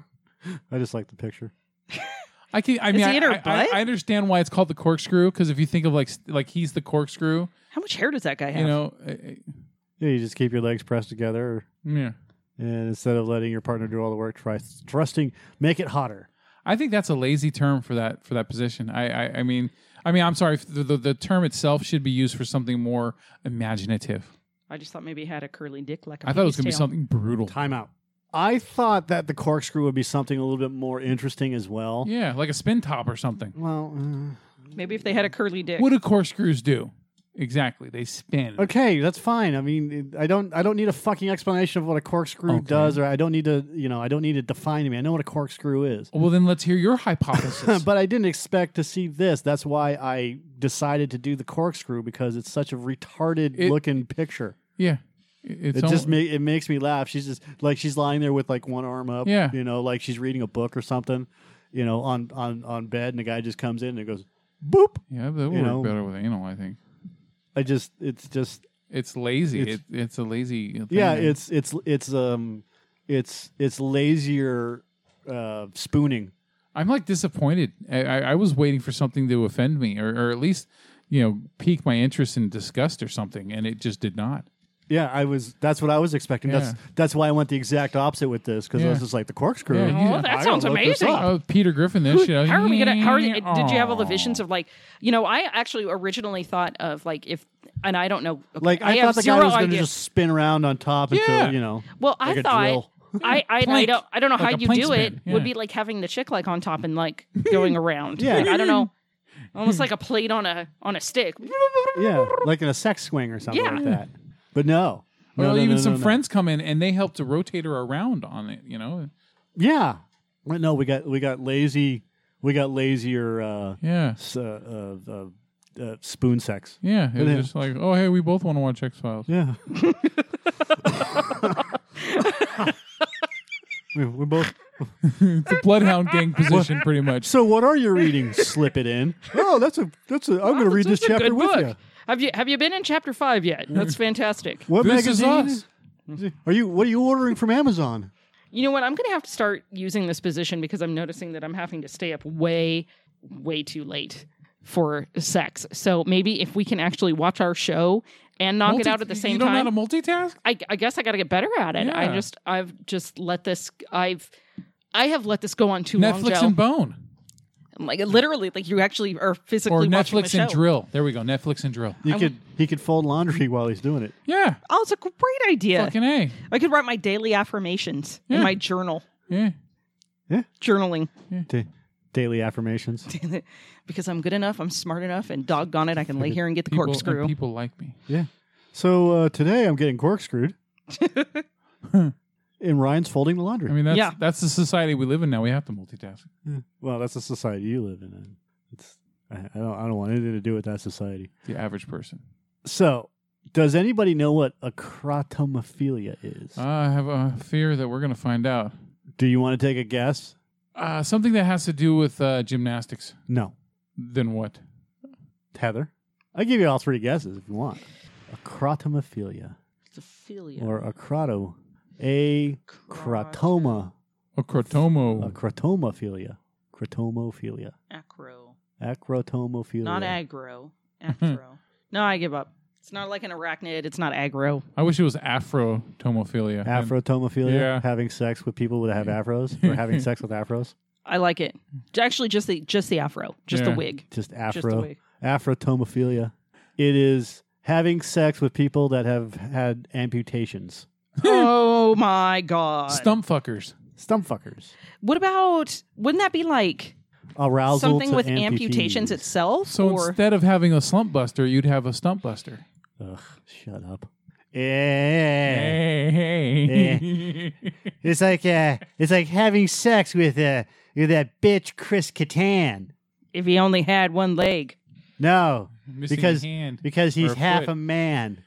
[SPEAKER 2] I just like the picture.
[SPEAKER 1] I can. I
[SPEAKER 3] Is
[SPEAKER 1] mean,
[SPEAKER 3] he
[SPEAKER 1] I,
[SPEAKER 3] in her
[SPEAKER 1] I- I,
[SPEAKER 3] butt?
[SPEAKER 1] I understand why it's called the corkscrew because if you think of like s- like he's the corkscrew,
[SPEAKER 3] how much hair does that guy have?
[SPEAKER 1] you know, uh, uh,
[SPEAKER 2] Yeah, you just keep your legs pressed together,
[SPEAKER 1] yeah.
[SPEAKER 2] and instead of letting your partner do all the work, try thrusting. Make it hotter.
[SPEAKER 1] I think that's a lazy term for that for that position. I I, I mean, I mean, I'm sorry. if The, the the term itself should be used for something more imaginative.
[SPEAKER 3] I just thought maybe he had a curly dick like I
[SPEAKER 1] I thought it was gonna be something brutal.
[SPEAKER 2] Time out. I thought that the corkscrew would be something a little bit more interesting as well.
[SPEAKER 1] Yeah, like a spin top or something.
[SPEAKER 2] Well, uh,
[SPEAKER 3] Maybe if they had a curly dick.
[SPEAKER 1] What do corkscrews do? Exactly, they spin.
[SPEAKER 2] okay, that's fine. I mean, it- I don't, I don't need a fucking explanation of what a corkscrew
[SPEAKER 1] Okay.
[SPEAKER 2] does, or I don't need to, you know, I don't need it defined to me. I know what a corkscrew is.
[SPEAKER 1] Well, then let's hear your hypothesis.
[SPEAKER 2] but I didn't expect to see this. That's why I decided to do the corkscrew because it's such a retarded
[SPEAKER 1] It-
[SPEAKER 2] looking picture.
[SPEAKER 1] yeah, It- it's
[SPEAKER 2] It just
[SPEAKER 1] almo-
[SPEAKER 2] ma- it makes me laugh. She's just like she's lying there with like one arm up,
[SPEAKER 1] Yeah.
[SPEAKER 2] you know, like she's reading a book or something, you know, on on on bed, and the guy just comes in and goes boop.
[SPEAKER 1] yeah, that would
[SPEAKER 2] you
[SPEAKER 1] work
[SPEAKER 2] know.
[SPEAKER 1] better with anal. I think
[SPEAKER 2] I just it's just
[SPEAKER 1] it's lazy. It's,
[SPEAKER 2] It's-
[SPEAKER 1] it, it's a lazy. Thing.
[SPEAKER 2] yeah, it's it's it's um it's it's lazier uh spooning.
[SPEAKER 1] I'm like disappointed. I, I, I was waiting for something to offend me, or, or at least you know pique my interest in disgust or something, and it just did not.
[SPEAKER 2] Yeah, I was. That's what I was expecting. That's that's why I went the exact opposite with this because I
[SPEAKER 1] Yeah.
[SPEAKER 2] was just like the corkscrew.
[SPEAKER 1] Yeah, he's-
[SPEAKER 3] Oh, that
[SPEAKER 2] I
[SPEAKER 3] sounds
[SPEAKER 2] gotta look this
[SPEAKER 3] amazing.
[SPEAKER 2] up.
[SPEAKER 1] Oh, Peter Griffin, this shit. oh,
[SPEAKER 3] How are we gonna? How are they, did you have all the visions of like? You know, I actually originally thought of like if, and I don't know.
[SPEAKER 2] Like I,
[SPEAKER 3] have
[SPEAKER 2] thought the guy
[SPEAKER 3] zero
[SPEAKER 2] was going to
[SPEAKER 3] idea.
[SPEAKER 2] just spin around on top
[SPEAKER 1] Yeah.
[SPEAKER 2] until you know.
[SPEAKER 3] Well,
[SPEAKER 2] like
[SPEAKER 3] I
[SPEAKER 2] a
[SPEAKER 3] thought
[SPEAKER 2] drill.
[SPEAKER 3] I I, and I
[SPEAKER 1] Plank.
[SPEAKER 3] don't I don't know
[SPEAKER 1] Like
[SPEAKER 3] how
[SPEAKER 1] a
[SPEAKER 3] you
[SPEAKER 1] plank
[SPEAKER 3] do it.
[SPEAKER 1] spin,
[SPEAKER 3] Would
[SPEAKER 1] yeah.
[SPEAKER 3] be like having the chick like on top and like going around.
[SPEAKER 2] Yeah.
[SPEAKER 3] Like, I don't know. Almost like a plate on a on a stick.
[SPEAKER 2] Yeah, like in a sex swing or something
[SPEAKER 3] Yeah.
[SPEAKER 2] like that. But no. No,
[SPEAKER 1] Well,
[SPEAKER 2] no,
[SPEAKER 1] even
[SPEAKER 2] no,
[SPEAKER 1] some
[SPEAKER 2] no, no.
[SPEAKER 1] friends come in and they help to rotate her around on it. You know.
[SPEAKER 2] Yeah. But no, we got we got lazy. We got lazier. Uh,
[SPEAKER 1] Yeah.
[SPEAKER 2] s- uh, uh, uh, uh, spoon sex.
[SPEAKER 1] Yeah. It was
[SPEAKER 2] Yeah.
[SPEAKER 1] just like, oh hey, we both want to watch X Files.
[SPEAKER 2] Yeah. we, we both.
[SPEAKER 1] It's a bloodhound gang position, pretty much.
[SPEAKER 2] So what are you reading? Slip it in. Oh, that's a that's a. I'm going to read this
[SPEAKER 3] It's a
[SPEAKER 2] chapter
[SPEAKER 3] good
[SPEAKER 2] with
[SPEAKER 3] book.
[SPEAKER 2] you.
[SPEAKER 3] Have you have you been in chapter five yet? That's fantastic.
[SPEAKER 2] What
[SPEAKER 1] This is
[SPEAKER 2] magazine?
[SPEAKER 1] us.
[SPEAKER 2] Are you? What are you ordering from Amazon?
[SPEAKER 3] You know what? I'm going to have to start using this position because I'm noticing that I'm having to stay up way, way too late for sex. So maybe if we can actually watch our show and knock it
[SPEAKER 1] Multi-
[SPEAKER 3] out at the
[SPEAKER 1] you
[SPEAKER 3] same
[SPEAKER 1] don't
[SPEAKER 3] time,
[SPEAKER 1] know how to multitask.
[SPEAKER 3] I, I guess I got to get better at it. I
[SPEAKER 1] Yeah.
[SPEAKER 3] just, I've just let this, I've, I have let this go on too long,
[SPEAKER 1] Netflix
[SPEAKER 3] Joe.
[SPEAKER 1] and Bone,
[SPEAKER 3] like literally, like you actually are physically
[SPEAKER 1] or
[SPEAKER 3] watching
[SPEAKER 1] Netflix
[SPEAKER 3] the
[SPEAKER 1] and
[SPEAKER 3] show.
[SPEAKER 1] Drill. There we go. Netflix and Drill.
[SPEAKER 2] You
[SPEAKER 3] I
[SPEAKER 2] could he could fold laundry while he's doing it.
[SPEAKER 1] Yeah.
[SPEAKER 3] Oh, it's a great idea.
[SPEAKER 1] Fucking a.
[SPEAKER 3] I could write my daily affirmations
[SPEAKER 1] Yeah.
[SPEAKER 3] in my journal,
[SPEAKER 1] Yeah.
[SPEAKER 3] journaling.
[SPEAKER 2] Da- daily affirmations.
[SPEAKER 3] because I'm good enough, I'm smart enough, and doggone it, I can lay here and get the
[SPEAKER 1] People,
[SPEAKER 3] corkscrew.
[SPEAKER 1] and people like me.
[SPEAKER 2] So uh, today I'm getting corkscrewed, and Ryan's folding the laundry.
[SPEAKER 1] I mean, that's
[SPEAKER 3] Yeah.
[SPEAKER 1] that's the society we live in now. We have to multitask.
[SPEAKER 2] Yeah. well, that's the society you live in. It's I, I don't I don't want anything to do with that society.
[SPEAKER 1] The average person.
[SPEAKER 2] So, does anybody know what acrotomophilia is?
[SPEAKER 1] Uh, I have a fear that we're going to find out.
[SPEAKER 2] do you want to take a guess?
[SPEAKER 1] Uh, something that has to do with uh, gymnastics.
[SPEAKER 2] No,
[SPEAKER 1] Then what?
[SPEAKER 2] Heather. I give you all three guesses if you want. Acrotomophilia
[SPEAKER 3] It's a philia.
[SPEAKER 2] or acroto, a
[SPEAKER 3] Oh,
[SPEAKER 2] crotoma,
[SPEAKER 1] A crotomo.
[SPEAKER 2] acrotomophilia, crotomophilia,
[SPEAKER 3] Acro.
[SPEAKER 2] acrotomophilia.
[SPEAKER 3] Not aggro. Acro. no, I give up. It's not like an arachnid. It's not aggro.
[SPEAKER 1] I wish it was afrotomophilia. And-
[SPEAKER 2] Afrotomophilia,
[SPEAKER 1] Yeah.
[SPEAKER 2] having sex with people that have afros or having sex with afros,
[SPEAKER 3] I like it. Actually, just the just the afro, just the
[SPEAKER 1] Yeah.
[SPEAKER 3] wig, just
[SPEAKER 2] just
[SPEAKER 3] the
[SPEAKER 2] afro.
[SPEAKER 3] wig.
[SPEAKER 2] Afrotomophilia. It is having sex with people that have had amputations.
[SPEAKER 3] oh my god!
[SPEAKER 1] Stump fuckers.
[SPEAKER 2] Stumpfuckers.
[SPEAKER 3] What about? Wouldn't that be like
[SPEAKER 2] Arousal
[SPEAKER 3] something
[SPEAKER 2] to
[SPEAKER 3] with amputations
[SPEAKER 2] amputees.
[SPEAKER 3] itself?
[SPEAKER 1] So
[SPEAKER 3] or
[SPEAKER 1] instead of having a slump buster, you'd have a stump buster.
[SPEAKER 2] Ugh, shut up. Eh,
[SPEAKER 1] Hey.
[SPEAKER 2] It's like uh, it's like having sex with uh, with that bitch Chris Kattan.
[SPEAKER 3] if he only had one leg,
[SPEAKER 2] No,
[SPEAKER 1] Missing
[SPEAKER 2] Because-
[SPEAKER 1] a hand.
[SPEAKER 2] because he's
[SPEAKER 1] Or a
[SPEAKER 2] half
[SPEAKER 1] foot.
[SPEAKER 2] a man.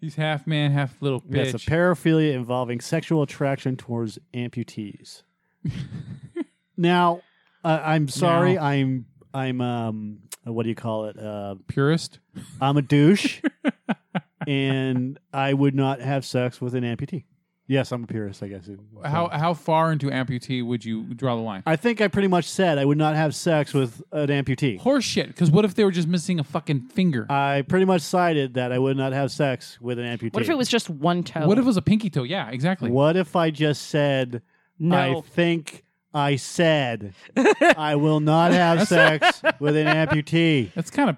[SPEAKER 1] He's half man, half little bitch.
[SPEAKER 2] That's a paraphilia involving sexual attraction towards amputees. now, Uh, I'm sorry. I'm I'm um what do you call it? Uh,
[SPEAKER 1] Purist?
[SPEAKER 2] I'm a douche, and I would not have sex with an amputee. Yes, I'm a purist. I guess.
[SPEAKER 1] How how far into amputee would you draw the line?
[SPEAKER 2] I think I pretty much said I would not have sex with an amputee.
[SPEAKER 1] Horseshit. Because what if they were just missing a fucking finger?
[SPEAKER 2] I pretty much cited that I would not have sex with an amputee.
[SPEAKER 4] What if it was just one toe?
[SPEAKER 1] what if it was a pinky toe? Yeah, exactly.
[SPEAKER 2] What if I just said? I
[SPEAKER 4] no?
[SPEAKER 2] think I said I will not have sex with an amputee.
[SPEAKER 1] That's kind of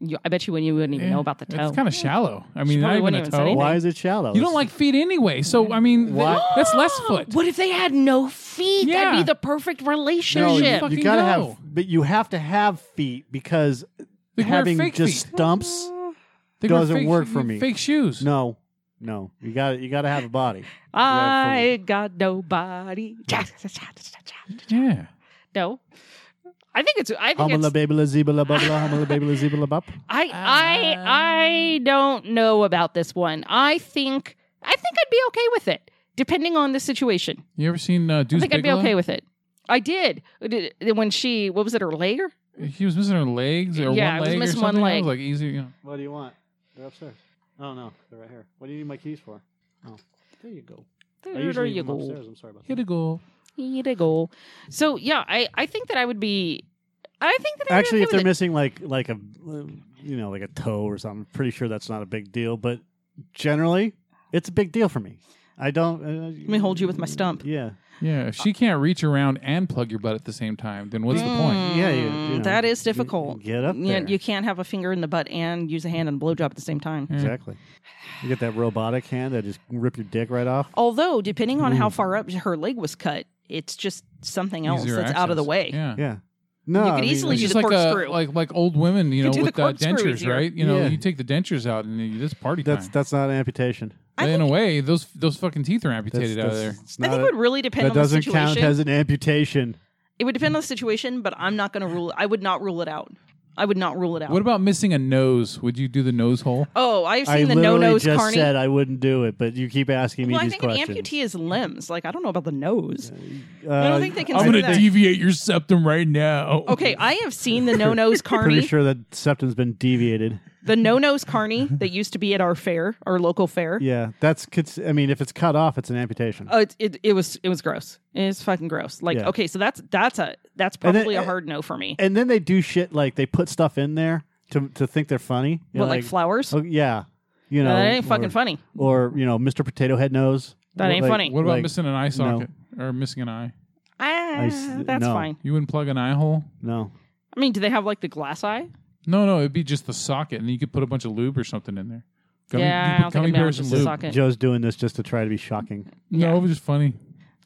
[SPEAKER 4] You- I bet you wouldn't, you wouldn't even know about the toe.
[SPEAKER 1] It's kind of shallow. I mean,
[SPEAKER 4] probably
[SPEAKER 1] not even a
[SPEAKER 4] wouldn't even say
[SPEAKER 1] toe.
[SPEAKER 4] anything.
[SPEAKER 2] Why is it shallow?
[SPEAKER 1] You don't like feet anyway, so I mean, th-
[SPEAKER 2] Why-
[SPEAKER 1] that's less
[SPEAKER 3] Oh,
[SPEAKER 1] foot.
[SPEAKER 4] What if they had no feet? That'd
[SPEAKER 1] Yeah.
[SPEAKER 4] be the perfect
[SPEAKER 2] no,
[SPEAKER 4] relationship.
[SPEAKER 2] you,
[SPEAKER 1] Fucking
[SPEAKER 2] you gotta
[SPEAKER 1] no.
[SPEAKER 2] have, but you have to have feet because
[SPEAKER 1] They wear
[SPEAKER 2] having
[SPEAKER 1] fake
[SPEAKER 2] just
[SPEAKER 1] feet.
[SPEAKER 2] stumps.
[SPEAKER 3] Oh,
[SPEAKER 1] They wear
[SPEAKER 2] doesn't
[SPEAKER 1] fake
[SPEAKER 2] work
[SPEAKER 1] sh-
[SPEAKER 2] for me.
[SPEAKER 1] Fake shoes.
[SPEAKER 2] No, no, you got you got to have a body.
[SPEAKER 4] I got nobody.
[SPEAKER 1] Yeah.
[SPEAKER 4] No. I think it's I think
[SPEAKER 2] Humble
[SPEAKER 4] it's
[SPEAKER 2] baby la zebra la bubble humble la baby la zebra la bop.
[SPEAKER 4] I I I don't know about this one. I think I think I'd be okay with it, depending on the situation.
[SPEAKER 1] You ever seen uh,
[SPEAKER 4] I
[SPEAKER 1] Deuce
[SPEAKER 4] think I'd be
[SPEAKER 1] Bigelow?
[SPEAKER 4] okay with it. I did Did- when she what was it her layer?
[SPEAKER 1] He was missing her legs or
[SPEAKER 4] Yeah, I
[SPEAKER 1] one
[SPEAKER 4] was
[SPEAKER 1] leg
[SPEAKER 4] missing
[SPEAKER 1] or
[SPEAKER 4] one
[SPEAKER 1] something. That
[SPEAKER 4] leg.
[SPEAKER 1] was like easier. You know.
[SPEAKER 2] What do you want? They're upstairs. Oh no, they're right here. What do you need my keys for? Oh, there you go.
[SPEAKER 4] There you go.
[SPEAKER 2] I'm sorry about
[SPEAKER 1] Hit a goal.
[SPEAKER 4] Here you go. So yeah, I I think that I would be. I think that I'd be
[SPEAKER 2] Actually,
[SPEAKER 4] okay
[SPEAKER 2] if they're
[SPEAKER 4] with it.
[SPEAKER 2] missing like like a you know like a toe or something, I'm pretty sure that's not a big deal. But generally, it's a big deal for me. I don't. Uh, Let
[SPEAKER 3] me hold you with my stump.
[SPEAKER 2] Yeah,
[SPEAKER 1] Yeah, if she can't reach around and plug your butt at the same time, then what's the point?
[SPEAKER 2] Yeah, you- you
[SPEAKER 3] Mm,
[SPEAKER 2] know,
[SPEAKER 3] that is
[SPEAKER 2] you- you
[SPEAKER 3] difficult.
[SPEAKER 2] get up
[SPEAKER 3] Yeah,
[SPEAKER 2] there.
[SPEAKER 3] you can't have a finger in the butt and use a hand and blowjob at the same time.
[SPEAKER 2] exactly. You get that robotic hand that just rip your dick right off.
[SPEAKER 3] Although, depending on how far up her leg was cut, it's just something else
[SPEAKER 1] Easier
[SPEAKER 3] that's out of the
[SPEAKER 1] access.
[SPEAKER 3] way.
[SPEAKER 1] Yeah.
[SPEAKER 2] Yeah. No,
[SPEAKER 3] You
[SPEAKER 2] I
[SPEAKER 3] could
[SPEAKER 2] mean,
[SPEAKER 3] easily
[SPEAKER 1] It's
[SPEAKER 3] do
[SPEAKER 1] just
[SPEAKER 3] the
[SPEAKER 1] like a,
[SPEAKER 3] corkscrew.
[SPEAKER 1] like like old women, you know,
[SPEAKER 3] do the
[SPEAKER 1] with uh,
[SPEAKER 3] corkscrew
[SPEAKER 1] dentures,
[SPEAKER 3] easier.
[SPEAKER 1] right? You know,
[SPEAKER 2] Yeah.
[SPEAKER 1] you take the dentures out and you just party
[SPEAKER 2] that's
[SPEAKER 1] time.
[SPEAKER 2] that's not an amputation.
[SPEAKER 3] I
[SPEAKER 1] in
[SPEAKER 3] think-
[SPEAKER 1] a way, those those fucking teeth are
[SPEAKER 2] That's,
[SPEAKER 1] amputated out of
[SPEAKER 2] that's,
[SPEAKER 1] there.
[SPEAKER 2] it's
[SPEAKER 3] I
[SPEAKER 2] not
[SPEAKER 3] think
[SPEAKER 2] a-
[SPEAKER 3] it would really depend
[SPEAKER 2] that
[SPEAKER 3] on the
[SPEAKER 2] doesn't
[SPEAKER 3] situation.
[SPEAKER 2] count as an amputation.
[SPEAKER 3] It would depend on the situation, but I'm not going to rule. I would not rule it out. I would not rule it out.
[SPEAKER 1] What about missing a nose? Would you do the nose hole?
[SPEAKER 3] oh, I've
[SPEAKER 2] I
[SPEAKER 3] seen the
[SPEAKER 2] literally
[SPEAKER 3] no nose
[SPEAKER 2] just
[SPEAKER 3] carny.
[SPEAKER 2] said I wouldn't do it, but you keep asking me
[SPEAKER 3] well, I
[SPEAKER 2] these
[SPEAKER 3] think
[SPEAKER 2] questions.
[SPEAKER 3] an amputee is limbs. Like I don't know about the nose.
[SPEAKER 2] Uh,
[SPEAKER 3] I don't think they can.
[SPEAKER 1] I'm
[SPEAKER 3] do
[SPEAKER 1] gonna
[SPEAKER 3] that.
[SPEAKER 1] deviate your septum right now.
[SPEAKER 3] Okay, I have seen the no nose carny.
[SPEAKER 2] Pretty sure that septum's been deviated.
[SPEAKER 3] The no nose carny that used to be at our fair, our local fair.
[SPEAKER 2] Yeah, that's. cons- I mean, if it's cut off, it's an amputation.
[SPEAKER 3] Oh, it, it it was it was gross. It's fucking gross. Like
[SPEAKER 2] Yeah.
[SPEAKER 3] okay, so that's that's a that's
[SPEAKER 2] And then-
[SPEAKER 3] probably a hard no for me.
[SPEAKER 2] and then they do shit like they put stuff in there to to think they're funny. You
[SPEAKER 3] What
[SPEAKER 2] know,
[SPEAKER 3] like, flowers?
[SPEAKER 2] oh, yeah, you know
[SPEAKER 3] No, that ain't fucking
[SPEAKER 2] or,
[SPEAKER 3] funny.
[SPEAKER 2] Or you know, Mr. Potato Head nose.
[SPEAKER 4] That
[SPEAKER 2] Or,
[SPEAKER 4] ain't
[SPEAKER 2] like-
[SPEAKER 4] funny.
[SPEAKER 1] What about
[SPEAKER 2] like,
[SPEAKER 1] missing an eye socket or missing an eye?
[SPEAKER 3] Ah,
[SPEAKER 2] s-
[SPEAKER 3] that's
[SPEAKER 2] no.
[SPEAKER 3] fine.
[SPEAKER 1] You wouldn't plug an eye hole?
[SPEAKER 2] No,
[SPEAKER 4] I mean, do they have like the glass eye?
[SPEAKER 1] No, no, it'd be just the socket, and you could put a bunch of lube or something in there. Gummy,
[SPEAKER 4] yeah,
[SPEAKER 1] you
[SPEAKER 4] I
[SPEAKER 1] put
[SPEAKER 4] don't
[SPEAKER 1] gummy
[SPEAKER 4] think I'm down
[SPEAKER 1] bears
[SPEAKER 4] with
[SPEAKER 1] and
[SPEAKER 4] the
[SPEAKER 1] lube.
[SPEAKER 4] socket.
[SPEAKER 2] Joe's doing this just to try to be shocking.
[SPEAKER 1] No, it was just funny,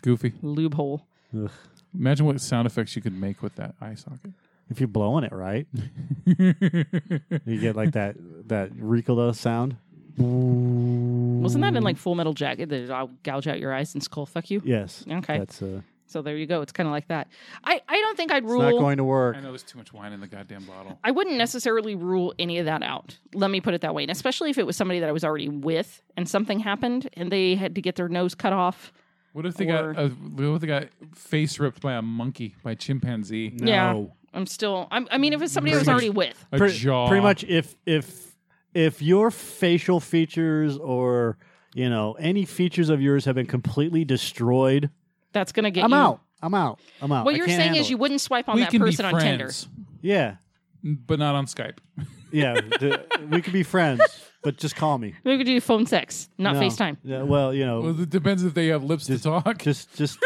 [SPEAKER 1] goofy.
[SPEAKER 4] Lube hole.
[SPEAKER 2] Ugh.
[SPEAKER 1] Imagine what sound effects you could make with that eye socket.
[SPEAKER 2] If you're blowing it right, you get like that that Ricola sound.
[SPEAKER 4] Wasn't that in like Full Metal Jacket? That I'll gouge out your eyes and skull fuck you.
[SPEAKER 2] Yes.
[SPEAKER 4] Okay.
[SPEAKER 2] That's uh,
[SPEAKER 4] So there you go. It's kind of like that. I I don't think I'd
[SPEAKER 2] it's not
[SPEAKER 4] rule.
[SPEAKER 2] going to work.
[SPEAKER 1] I know there's too much wine in the goddamn bottle.
[SPEAKER 4] I wouldn't necessarily rule any of that out. Let me put it that way. And especially if it was somebody that I was already with and something happened and they had to get their nose cut off.
[SPEAKER 1] What if they
[SPEAKER 4] Or-
[SPEAKER 1] got a, what if they got face ripped by a monkey, by a chimpanzee,
[SPEAKER 2] No.
[SPEAKER 4] Yeah. I'm still, I'm, I mean, if it's somebody I
[SPEAKER 1] Pretty
[SPEAKER 4] was
[SPEAKER 1] much-
[SPEAKER 4] already with,
[SPEAKER 1] a
[SPEAKER 2] Pre-
[SPEAKER 1] jaw?
[SPEAKER 2] Pretty much, if if if your facial features or you know any features of yours have been completely destroyed,
[SPEAKER 4] that's going to get
[SPEAKER 2] I'm
[SPEAKER 4] you.
[SPEAKER 2] out. I'm out. I'm out.
[SPEAKER 4] What
[SPEAKER 2] I
[SPEAKER 4] you're
[SPEAKER 2] can't
[SPEAKER 4] saying is you
[SPEAKER 2] handle
[SPEAKER 4] wouldn't swipe on
[SPEAKER 1] we
[SPEAKER 4] that
[SPEAKER 1] can
[SPEAKER 4] person
[SPEAKER 1] be
[SPEAKER 4] on Tinder.
[SPEAKER 1] friends,
[SPEAKER 2] it. yeah
[SPEAKER 1] but not on Skype.
[SPEAKER 2] yeah the- we could be friends, but just call me.
[SPEAKER 4] Maybe we could do phone sex, not
[SPEAKER 2] No.
[SPEAKER 4] FaceTime.
[SPEAKER 2] Yeah, well, you know,
[SPEAKER 1] Well, it depends if they have lips to talk.
[SPEAKER 2] just just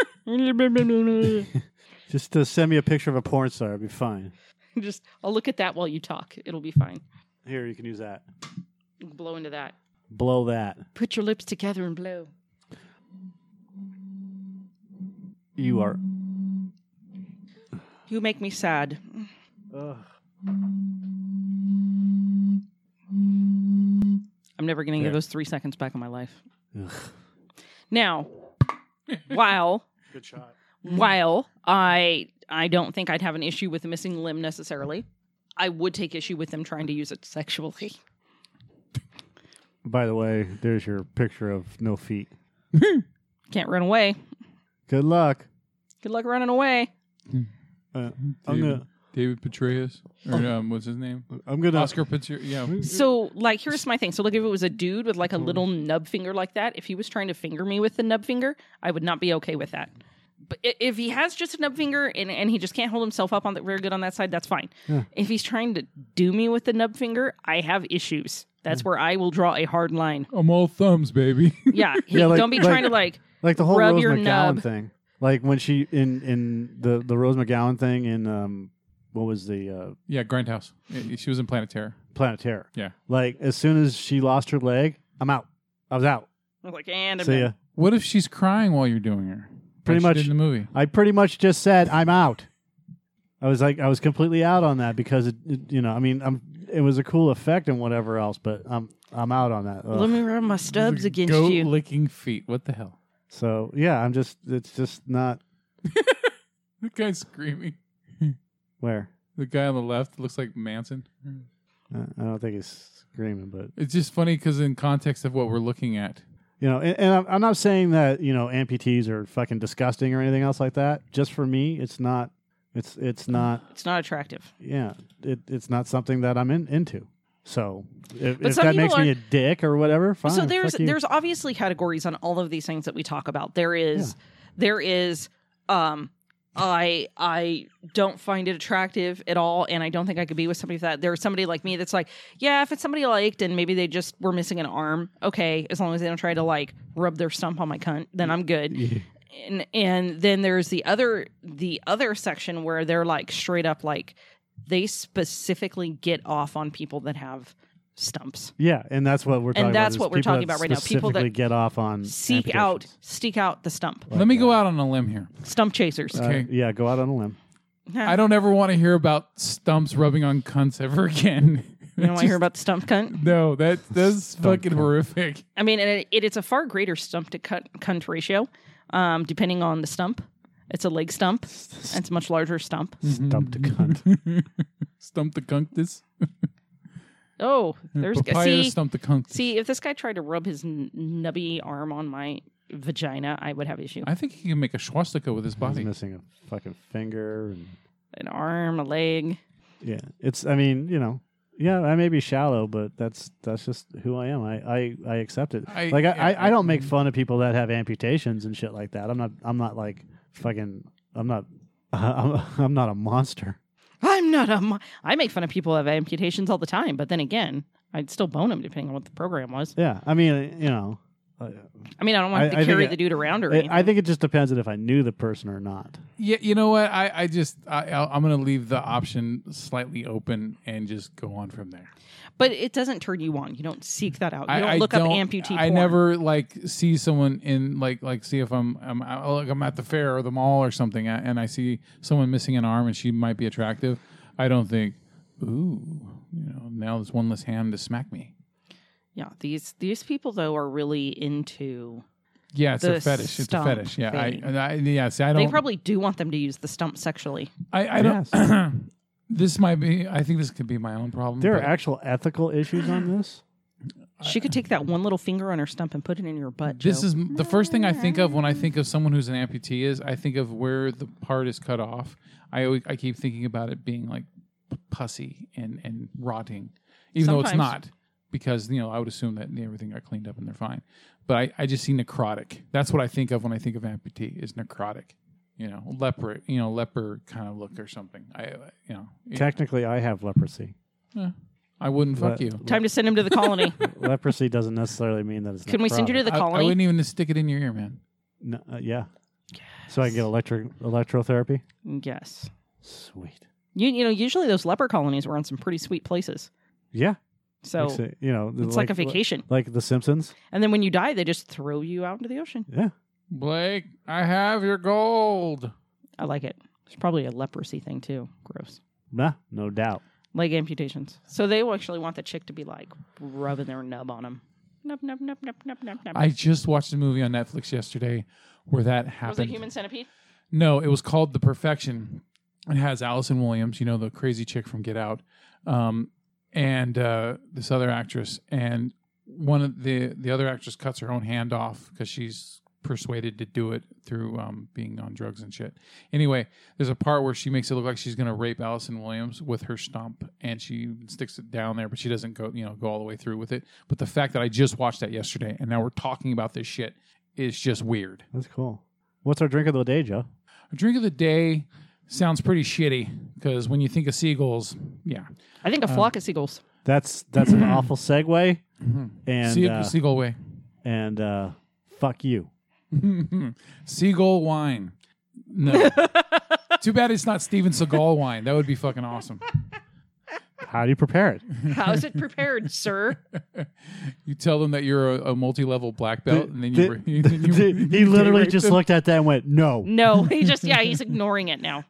[SPEAKER 2] just to send me a picture of a porn star, it'd be fine.
[SPEAKER 4] Just, I'll look at that while you talk. It'll be fine.
[SPEAKER 2] Here, you can use that.
[SPEAKER 4] Blow into that.
[SPEAKER 2] Blow that.
[SPEAKER 4] Put your lips together and blow.
[SPEAKER 2] You are.
[SPEAKER 3] You make me sad.
[SPEAKER 2] Ugh.
[SPEAKER 3] I'm never going to
[SPEAKER 1] Okay.
[SPEAKER 3] get those three seconds back in my life.
[SPEAKER 2] Ugh.
[SPEAKER 4] Now, while
[SPEAKER 2] Good shot.
[SPEAKER 4] while I I don't think I'd have an issue with a missing limb necessarily, I would take issue with them trying to use it sexually.
[SPEAKER 2] By the way, there's your picture of no feet.
[SPEAKER 4] Can't run away.
[SPEAKER 2] Good luck.
[SPEAKER 4] Good luck running away.
[SPEAKER 2] Uh, I'm
[SPEAKER 1] David,
[SPEAKER 2] gonna,
[SPEAKER 1] David Petraeus or
[SPEAKER 2] Oh.
[SPEAKER 1] um, what's his name?
[SPEAKER 2] I'm gonna.
[SPEAKER 1] Oscar Petraeus. Yeah,
[SPEAKER 3] So, like, here's my thing. So, like, if it was a dude with
[SPEAKER 2] Mm-hmm.
[SPEAKER 3] like a little nub finger like that, if he was trying to finger me with the nub finger, I would not be okay with that. But i- if he has just a nub finger and, and he just can't hold himself up on the very good on that side, that's fine. If he's trying to do me with the nub finger, I have issues. That's where I will draw a hard line.
[SPEAKER 1] I'm all thumbs, baby.
[SPEAKER 3] Yeah, he-
[SPEAKER 2] Yeah, like-
[SPEAKER 3] don't be
[SPEAKER 2] like-
[SPEAKER 3] trying to like.
[SPEAKER 2] like the whole
[SPEAKER 3] Rub
[SPEAKER 2] Rose
[SPEAKER 3] your
[SPEAKER 2] McGowan
[SPEAKER 3] nub.
[SPEAKER 2] thing. Like when she in in the the Rose McGowan thing in um what was the uh,
[SPEAKER 1] yeah, Grindhouse. Yeah, She was in Planet Terror.
[SPEAKER 2] Planet Terror?
[SPEAKER 1] Yeah.
[SPEAKER 2] Like as soon as she lost her leg, I'm out. I was out.
[SPEAKER 5] I'm like, and I'm
[SPEAKER 2] See
[SPEAKER 5] done.
[SPEAKER 2] ya.
[SPEAKER 1] What if she's crying while you're doing her?
[SPEAKER 2] Pretty
[SPEAKER 1] Like she
[SPEAKER 2] much.
[SPEAKER 1] did in the movie.
[SPEAKER 2] I pretty much just said I'm out. I was like I was completely out on that because it, it- you know I mean I'm it was a cool effect and whatever else, but I'm I'm out on that. Ugh.
[SPEAKER 3] Let me rub my stubs against
[SPEAKER 1] Goat
[SPEAKER 3] you.
[SPEAKER 1] licking feet. What the hell?
[SPEAKER 2] so yeah, I'm just it's just not
[SPEAKER 1] The guy's screaming.
[SPEAKER 2] where
[SPEAKER 1] The guy on the left looks like Manson.
[SPEAKER 2] Uh, I don't think it's screaming, but
[SPEAKER 1] It's just funny because in context of what we're looking at,
[SPEAKER 2] You know, and, and I'm, I'm not saying that you know amputees are fucking disgusting or anything else like that. Just for me, it's not. It's it's
[SPEAKER 3] Mm.
[SPEAKER 2] not.
[SPEAKER 3] It's not attractive.
[SPEAKER 2] Yeah, it, it's not something that I'm in, into. So if,
[SPEAKER 3] But
[SPEAKER 2] if
[SPEAKER 3] some
[SPEAKER 2] that makes
[SPEAKER 3] people
[SPEAKER 2] me
[SPEAKER 3] are-
[SPEAKER 2] a dick or whatever, fine.
[SPEAKER 3] so there's
[SPEAKER 2] fuck you.
[SPEAKER 3] there's obviously categories on all of these things that we talk about there is there is um i i don't find it attractive at all and i don't think i could be with somebody with that there's somebody like me that's like yeah if it's somebody I liked and maybe they just were missing an arm okay as long as they don't try to like rub their stump on my cunt then i'm good and and then there's the other the other section where they're like straight up like they specifically get off on people that have stumps
[SPEAKER 2] yeah, and that's what we're talking about.
[SPEAKER 3] that's
[SPEAKER 2] is
[SPEAKER 3] what we're
[SPEAKER 2] people
[SPEAKER 3] talking
[SPEAKER 2] that
[SPEAKER 3] about right now. People that
[SPEAKER 2] specifically get off on
[SPEAKER 3] seek out
[SPEAKER 2] amputations.
[SPEAKER 3] seek out the stump
[SPEAKER 1] let me go out on a limb here.
[SPEAKER 3] stump chasers
[SPEAKER 2] Uh,
[SPEAKER 1] Okay.
[SPEAKER 2] yeah, go out on a limb.
[SPEAKER 1] I don't ever want to hear about stumps rubbing on cunts ever again.
[SPEAKER 3] you don't want to hear about the stump cunt
[SPEAKER 1] No, that that's fucking horrific.
[SPEAKER 3] i mean and it, it, it's a far greater stump to cut cunt ratio um, depending on the stump it's a leg stump it's a much larger stump
[SPEAKER 2] Dump to cunt.
[SPEAKER 1] Stump the cunt this.
[SPEAKER 3] oh there's
[SPEAKER 1] Papaya
[SPEAKER 3] see
[SPEAKER 1] stump the cunt. this.
[SPEAKER 3] see if this guy tried to rub his n- nubby arm on my vagina i would have issue
[SPEAKER 1] I think he can make a swastika with his
[SPEAKER 2] He's
[SPEAKER 1] body.
[SPEAKER 2] missing a fucking finger. And,
[SPEAKER 3] an arm a leg
[SPEAKER 2] yeah, it's. I mean, you know. Yeah, I may be shallow, but that's that's just who I am. I I, I accept it.
[SPEAKER 1] I-
[SPEAKER 2] like I,
[SPEAKER 1] yeah, mm-hmm.
[SPEAKER 2] I,
[SPEAKER 1] I-
[SPEAKER 2] I don't make fun of people that have amputations and shit like that. I'm not I'm not like fucking I'm not I'm, I'm not a monster.
[SPEAKER 3] i'm not a mo- i make fun of people who have amputations all the time but then again i'd still bone them depending on what the program was
[SPEAKER 2] Yeah, I mean uh, you know, I,
[SPEAKER 3] i mean i don't
[SPEAKER 2] I-
[SPEAKER 3] want
[SPEAKER 2] I
[SPEAKER 3] to
[SPEAKER 2] think
[SPEAKER 3] carry
[SPEAKER 2] it-
[SPEAKER 3] the dude around or
[SPEAKER 2] I-
[SPEAKER 3] anything.
[SPEAKER 2] I think it just depends on if I knew the person or not.
[SPEAKER 1] Yeah, you know what? I, I just I I'll- I'm gonna leave the option slightly open and just go on from there.
[SPEAKER 3] But it doesn't turn you on. You don't seek that out. You
[SPEAKER 1] I
[SPEAKER 3] don't
[SPEAKER 1] I
[SPEAKER 3] look
[SPEAKER 1] don't,
[SPEAKER 3] up amputee
[SPEAKER 1] I
[SPEAKER 3] porn.
[SPEAKER 1] never like see someone in like like see if I'm I'm out- like I'm at the fair or the mall or something a- and I see someone missing an arm and she might be attractive. I don't think, ooh, you know, now there's one less hand to smack me.
[SPEAKER 3] Yeah, these these people though are really into.
[SPEAKER 1] Yeah, it's
[SPEAKER 3] The
[SPEAKER 1] a fetish. It's a
[SPEAKER 3] stump
[SPEAKER 1] fetish. Yeah, I,
[SPEAKER 3] thing.
[SPEAKER 1] I yeah. See, I
[SPEAKER 3] They
[SPEAKER 1] don't.
[SPEAKER 3] probably do want them to use the stump sexually.
[SPEAKER 1] I, I don't. this might be. I think this could be my own problem.
[SPEAKER 2] There are
[SPEAKER 1] but-
[SPEAKER 2] actual ethical issues on this.
[SPEAKER 3] She could take that one little finger on her stump and put it in your butt.
[SPEAKER 1] This
[SPEAKER 3] Joe.
[SPEAKER 1] is the first thing I think of when I think of someone who's an amputee is I think of where the part is cut off. I always, I keep thinking about it being like pussy and and rotting, even though it's
[SPEAKER 3] Sometimes.
[SPEAKER 1] not because you know I would assume that everything got cleaned up and they're fine. But I, I just see necrotic. That's what I think of when I think of amputee is necrotic. You know, leper. You know, leper kind of look or something. I you know,
[SPEAKER 2] Technically, I have leprosy.
[SPEAKER 1] I wouldn't fuck
[SPEAKER 2] But-
[SPEAKER 1] you.
[SPEAKER 3] time to send him to the colony.
[SPEAKER 2] leprosy doesn't necessarily mean that it's.
[SPEAKER 3] Can we send you to
[SPEAKER 2] necrotic.
[SPEAKER 3] the
[SPEAKER 1] I, I
[SPEAKER 3] colony?
[SPEAKER 1] wouldn't even stick it in your ear, man.
[SPEAKER 2] No, uh, yeah. So I can get electro electrotherapy.
[SPEAKER 3] yes.
[SPEAKER 2] Sweet.
[SPEAKER 3] You you know usually those leper colonies were on some pretty sweet places.
[SPEAKER 2] Yeah.
[SPEAKER 3] So
[SPEAKER 2] Makes it- you know, the-
[SPEAKER 3] it's like, a vacation.
[SPEAKER 2] Like The Simpsons.
[SPEAKER 3] and then when you die, they just throw you out into the ocean.
[SPEAKER 2] Yeah.
[SPEAKER 1] Blake, I have your gold.
[SPEAKER 3] I like it. It's probably a leprosy thing too. Gross.
[SPEAKER 2] Nah, no doubt.
[SPEAKER 3] leg amputations. So they will actually want the chick to be like rubbing their nub on them. Nub, nub, nub, nub, nub, nub, nub.
[SPEAKER 1] I just watched a movie on Netflix yesterday where that
[SPEAKER 3] was it
[SPEAKER 1] happened.
[SPEAKER 3] human centipede?
[SPEAKER 1] No, it was called The Perfection. It has Allison Williams, you know, the crazy chick from Get Out, um, and uh, this other actress. And one of the the other actress cuts her own hand off because she's persuaded to do it through um, being on drugs and shit. Anyway, there's a part where she makes it look like she's going to rape Allison Williams with her stump, and she sticks it down there, but she doesn't go, you know, go all the way through with it. But the fact that I just watched that yesterday, and now we're talking about this shit, is just weird.
[SPEAKER 2] That's cool. What's our drink of the day, Joe?
[SPEAKER 1] A drink of the day sounds pretty shitty because when you think of seagulls, yeah,
[SPEAKER 4] I think a flock of seagulls.
[SPEAKER 2] That's that's an awful segue.
[SPEAKER 1] Mm-hmm.
[SPEAKER 2] And
[SPEAKER 1] sea-
[SPEAKER 2] uh,
[SPEAKER 1] seagull way.
[SPEAKER 2] and uh, fuck you.
[SPEAKER 1] Seagull wine. No. Too bad it's not Steven Seagal wine. That would be fucking awesome.
[SPEAKER 2] How do you prepare it?
[SPEAKER 4] How's it prepared, sir?
[SPEAKER 1] You tell them that you're a, a multi-level black belt, Oh, and then you.
[SPEAKER 2] The-
[SPEAKER 1] you-
[SPEAKER 2] the-
[SPEAKER 1] then you-
[SPEAKER 2] the- he
[SPEAKER 1] you
[SPEAKER 2] literally
[SPEAKER 1] rape
[SPEAKER 2] just
[SPEAKER 1] them.
[SPEAKER 2] looked at that and went, "No."
[SPEAKER 4] No, he just yeah, he's ignoring it now.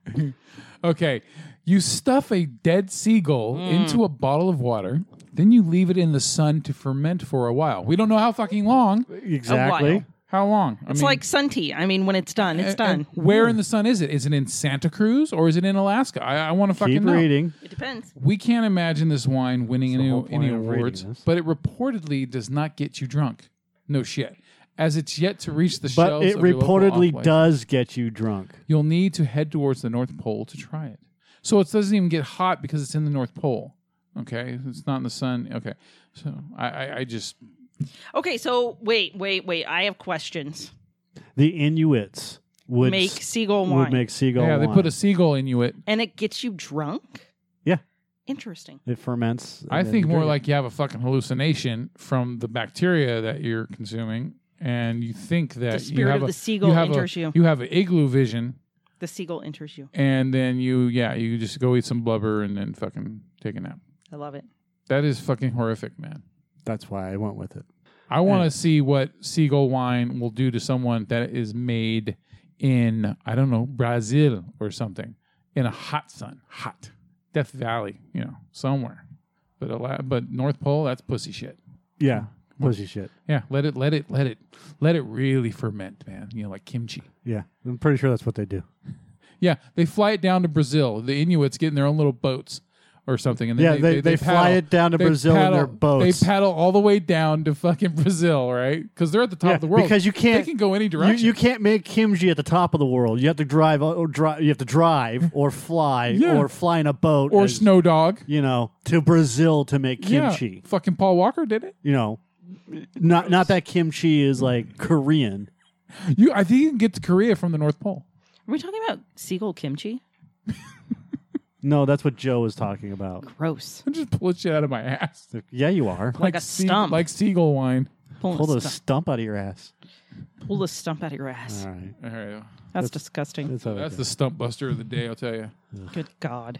[SPEAKER 1] Okay, you stuff a dead seagull
[SPEAKER 2] Mm.
[SPEAKER 1] into a bottle of water, then you leave it in the sun to ferment for a while. We don't know how fucking long.
[SPEAKER 2] Exactly.
[SPEAKER 1] How long? I
[SPEAKER 4] It's
[SPEAKER 1] mean,
[SPEAKER 4] like sun tea. I mean, when it's done, it's
[SPEAKER 1] a- a-
[SPEAKER 4] done.
[SPEAKER 1] Where in the sun is it? Is it in Santa Cruz or is it in Alaska? I, I want to fucking
[SPEAKER 2] Keep
[SPEAKER 1] know.
[SPEAKER 2] reading.
[SPEAKER 4] It depends.
[SPEAKER 1] We can't imagine this wine winning
[SPEAKER 2] the
[SPEAKER 1] any,
[SPEAKER 2] whole point
[SPEAKER 1] any
[SPEAKER 2] of reading
[SPEAKER 1] awards,
[SPEAKER 2] this.
[SPEAKER 1] but it reportedly does not get you drunk. No shit. As it's yet to reach the
[SPEAKER 2] But
[SPEAKER 1] shelves
[SPEAKER 2] it
[SPEAKER 1] of your local
[SPEAKER 2] reportedly
[SPEAKER 1] off-license,
[SPEAKER 2] does get you drunk.
[SPEAKER 1] You'll need to head towards the North Pole to try it. So it doesn't even get hot because it's in the North Pole. Okay, it's not in the sun. Okay, so I, I, I just
[SPEAKER 4] Okay, so wait, wait, wait. I have questions.
[SPEAKER 2] The Inuits would
[SPEAKER 4] Make
[SPEAKER 2] s-
[SPEAKER 4] seagull
[SPEAKER 2] would
[SPEAKER 4] wine,
[SPEAKER 2] make seagull
[SPEAKER 1] yeah, they
[SPEAKER 2] wine.
[SPEAKER 1] put a seagull Inuit.
[SPEAKER 4] and it gets you drunk.
[SPEAKER 2] Yeah.
[SPEAKER 4] Interesting.
[SPEAKER 2] it ferments. and
[SPEAKER 1] I
[SPEAKER 2] then
[SPEAKER 1] think
[SPEAKER 2] you
[SPEAKER 1] more
[SPEAKER 2] drink it.
[SPEAKER 1] like you have a fucking hallucination from the bacteria that you're consuming, and you think that
[SPEAKER 4] The
[SPEAKER 1] you
[SPEAKER 4] spirit
[SPEAKER 1] have
[SPEAKER 4] of
[SPEAKER 1] a,
[SPEAKER 4] the seagull
[SPEAKER 1] you have a-
[SPEAKER 4] enters you.
[SPEAKER 1] You have an igloo vision,
[SPEAKER 4] The seagull enters you.
[SPEAKER 1] and then you yeah you just go eat some blubber and then fucking take a nap.
[SPEAKER 4] I love it.
[SPEAKER 1] That is fucking horrific, man.
[SPEAKER 2] that's why I went with it.
[SPEAKER 1] I want to see what seagull wine will do to someone that is made in I don't know Brazil or something in a hot sun, hot Death Valley, you know, somewhere. But a la- but North Pole, that's pussy shit.
[SPEAKER 2] Yeah, pussy shit.
[SPEAKER 1] Yeah, let it, let it, let it, let it really ferment, man. You know, like kimchi.
[SPEAKER 2] Yeah, I'm pretty sure that's what they do.
[SPEAKER 1] Yeah, they fly it down to Brazil. The Inuits get in their own little boats or something, and then
[SPEAKER 2] Yeah, they- they fly
[SPEAKER 1] paddle-
[SPEAKER 2] it down to
[SPEAKER 1] they
[SPEAKER 2] Brazil in
[SPEAKER 1] paddle-
[SPEAKER 2] their boats.
[SPEAKER 1] They paddle all the way down to fucking Brazil, right? Because they're at the top
[SPEAKER 2] yeah,
[SPEAKER 1] of the world.
[SPEAKER 2] because you can't
[SPEAKER 1] They can go any
[SPEAKER 2] you-
[SPEAKER 1] direction.
[SPEAKER 2] You, can't make kimchi at the top of the world. You have to drive uh, or drive. You have to drive or fly
[SPEAKER 1] Yeah.
[SPEAKER 2] or fly in a boat
[SPEAKER 1] or
[SPEAKER 2] as-
[SPEAKER 1] Snow Dog.
[SPEAKER 2] You know, to Brazil to make
[SPEAKER 1] Yeah,
[SPEAKER 2] kimchi.
[SPEAKER 1] fucking Paul Walker did it.
[SPEAKER 2] You know, not not that kimchi is like Korean.
[SPEAKER 1] You, I think you can get to Korea from the North Pole.
[SPEAKER 4] Are we talking about seagull kimchi?
[SPEAKER 2] No, that's what Joe was talking about.
[SPEAKER 4] Gross.
[SPEAKER 1] I'm just pulling shit out of my ass.
[SPEAKER 2] Yeah, you are.
[SPEAKER 4] Like, a
[SPEAKER 1] sea-
[SPEAKER 4] stump.
[SPEAKER 1] like seagull wine.
[SPEAKER 4] pull,
[SPEAKER 2] Pull
[SPEAKER 4] a
[SPEAKER 2] the
[SPEAKER 4] stump,
[SPEAKER 2] stump out of your ass.
[SPEAKER 4] pull a stump out of your ass.
[SPEAKER 2] All right.
[SPEAKER 1] All right,
[SPEAKER 4] That's, disgusting.
[SPEAKER 2] That's all
[SPEAKER 1] that's
[SPEAKER 2] okay.
[SPEAKER 1] the stump buster of the day. I'll tell you.
[SPEAKER 4] Good God.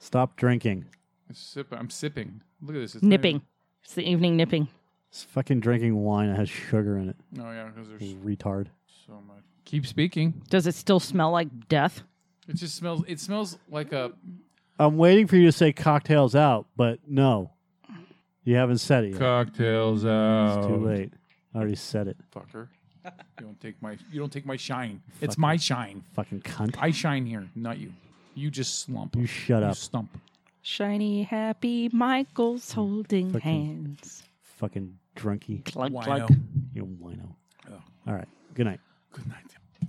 [SPEAKER 2] Stop drinking.
[SPEAKER 1] Sip, I'm sipping. Look at this. It's not
[SPEAKER 4] Nipping. It's the evening nipping.
[SPEAKER 2] It's fucking drinking wine that has sugar in it.
[SPEAKER 1] even- Oh yeah, because there's
[SPEAKER 2] Retard.
[SPEAKER 1] so much. Keep speaking.
[SPEAKER 4] Does it still smell like death?
[SPEAKER 1] It just smells. It smells like a
[SPEAKER 2] I'm waiting for you to say cocktails out, but no. You haven't said it yet.
[SPEAKER 1] cocktails out.
[SPEAKER 2] It's too late. I already said it.
[SPEAKER 1] fucker. you don't take my. You don't take my shine. It's my shine.
[SPEAKER 2] Fucking cunt.
[SPEAKER 1] I shine here, not you. You just slump.
[SPEAKER 2] You shut up.
[SPEAKER 1] stump.
[SPEAKER 4] Shiny, happy Michael's holding hands.
[SPEAKER 2] Fucking drunky.
[SPEAKER 4] Glug,
[SPEAKER 1] Wino.
[SPEAKER 4] glug.
[SPEAKER 2] You wino.
[SPEAKER 1] Oh.
[SPEAKER 2] All right. Good night.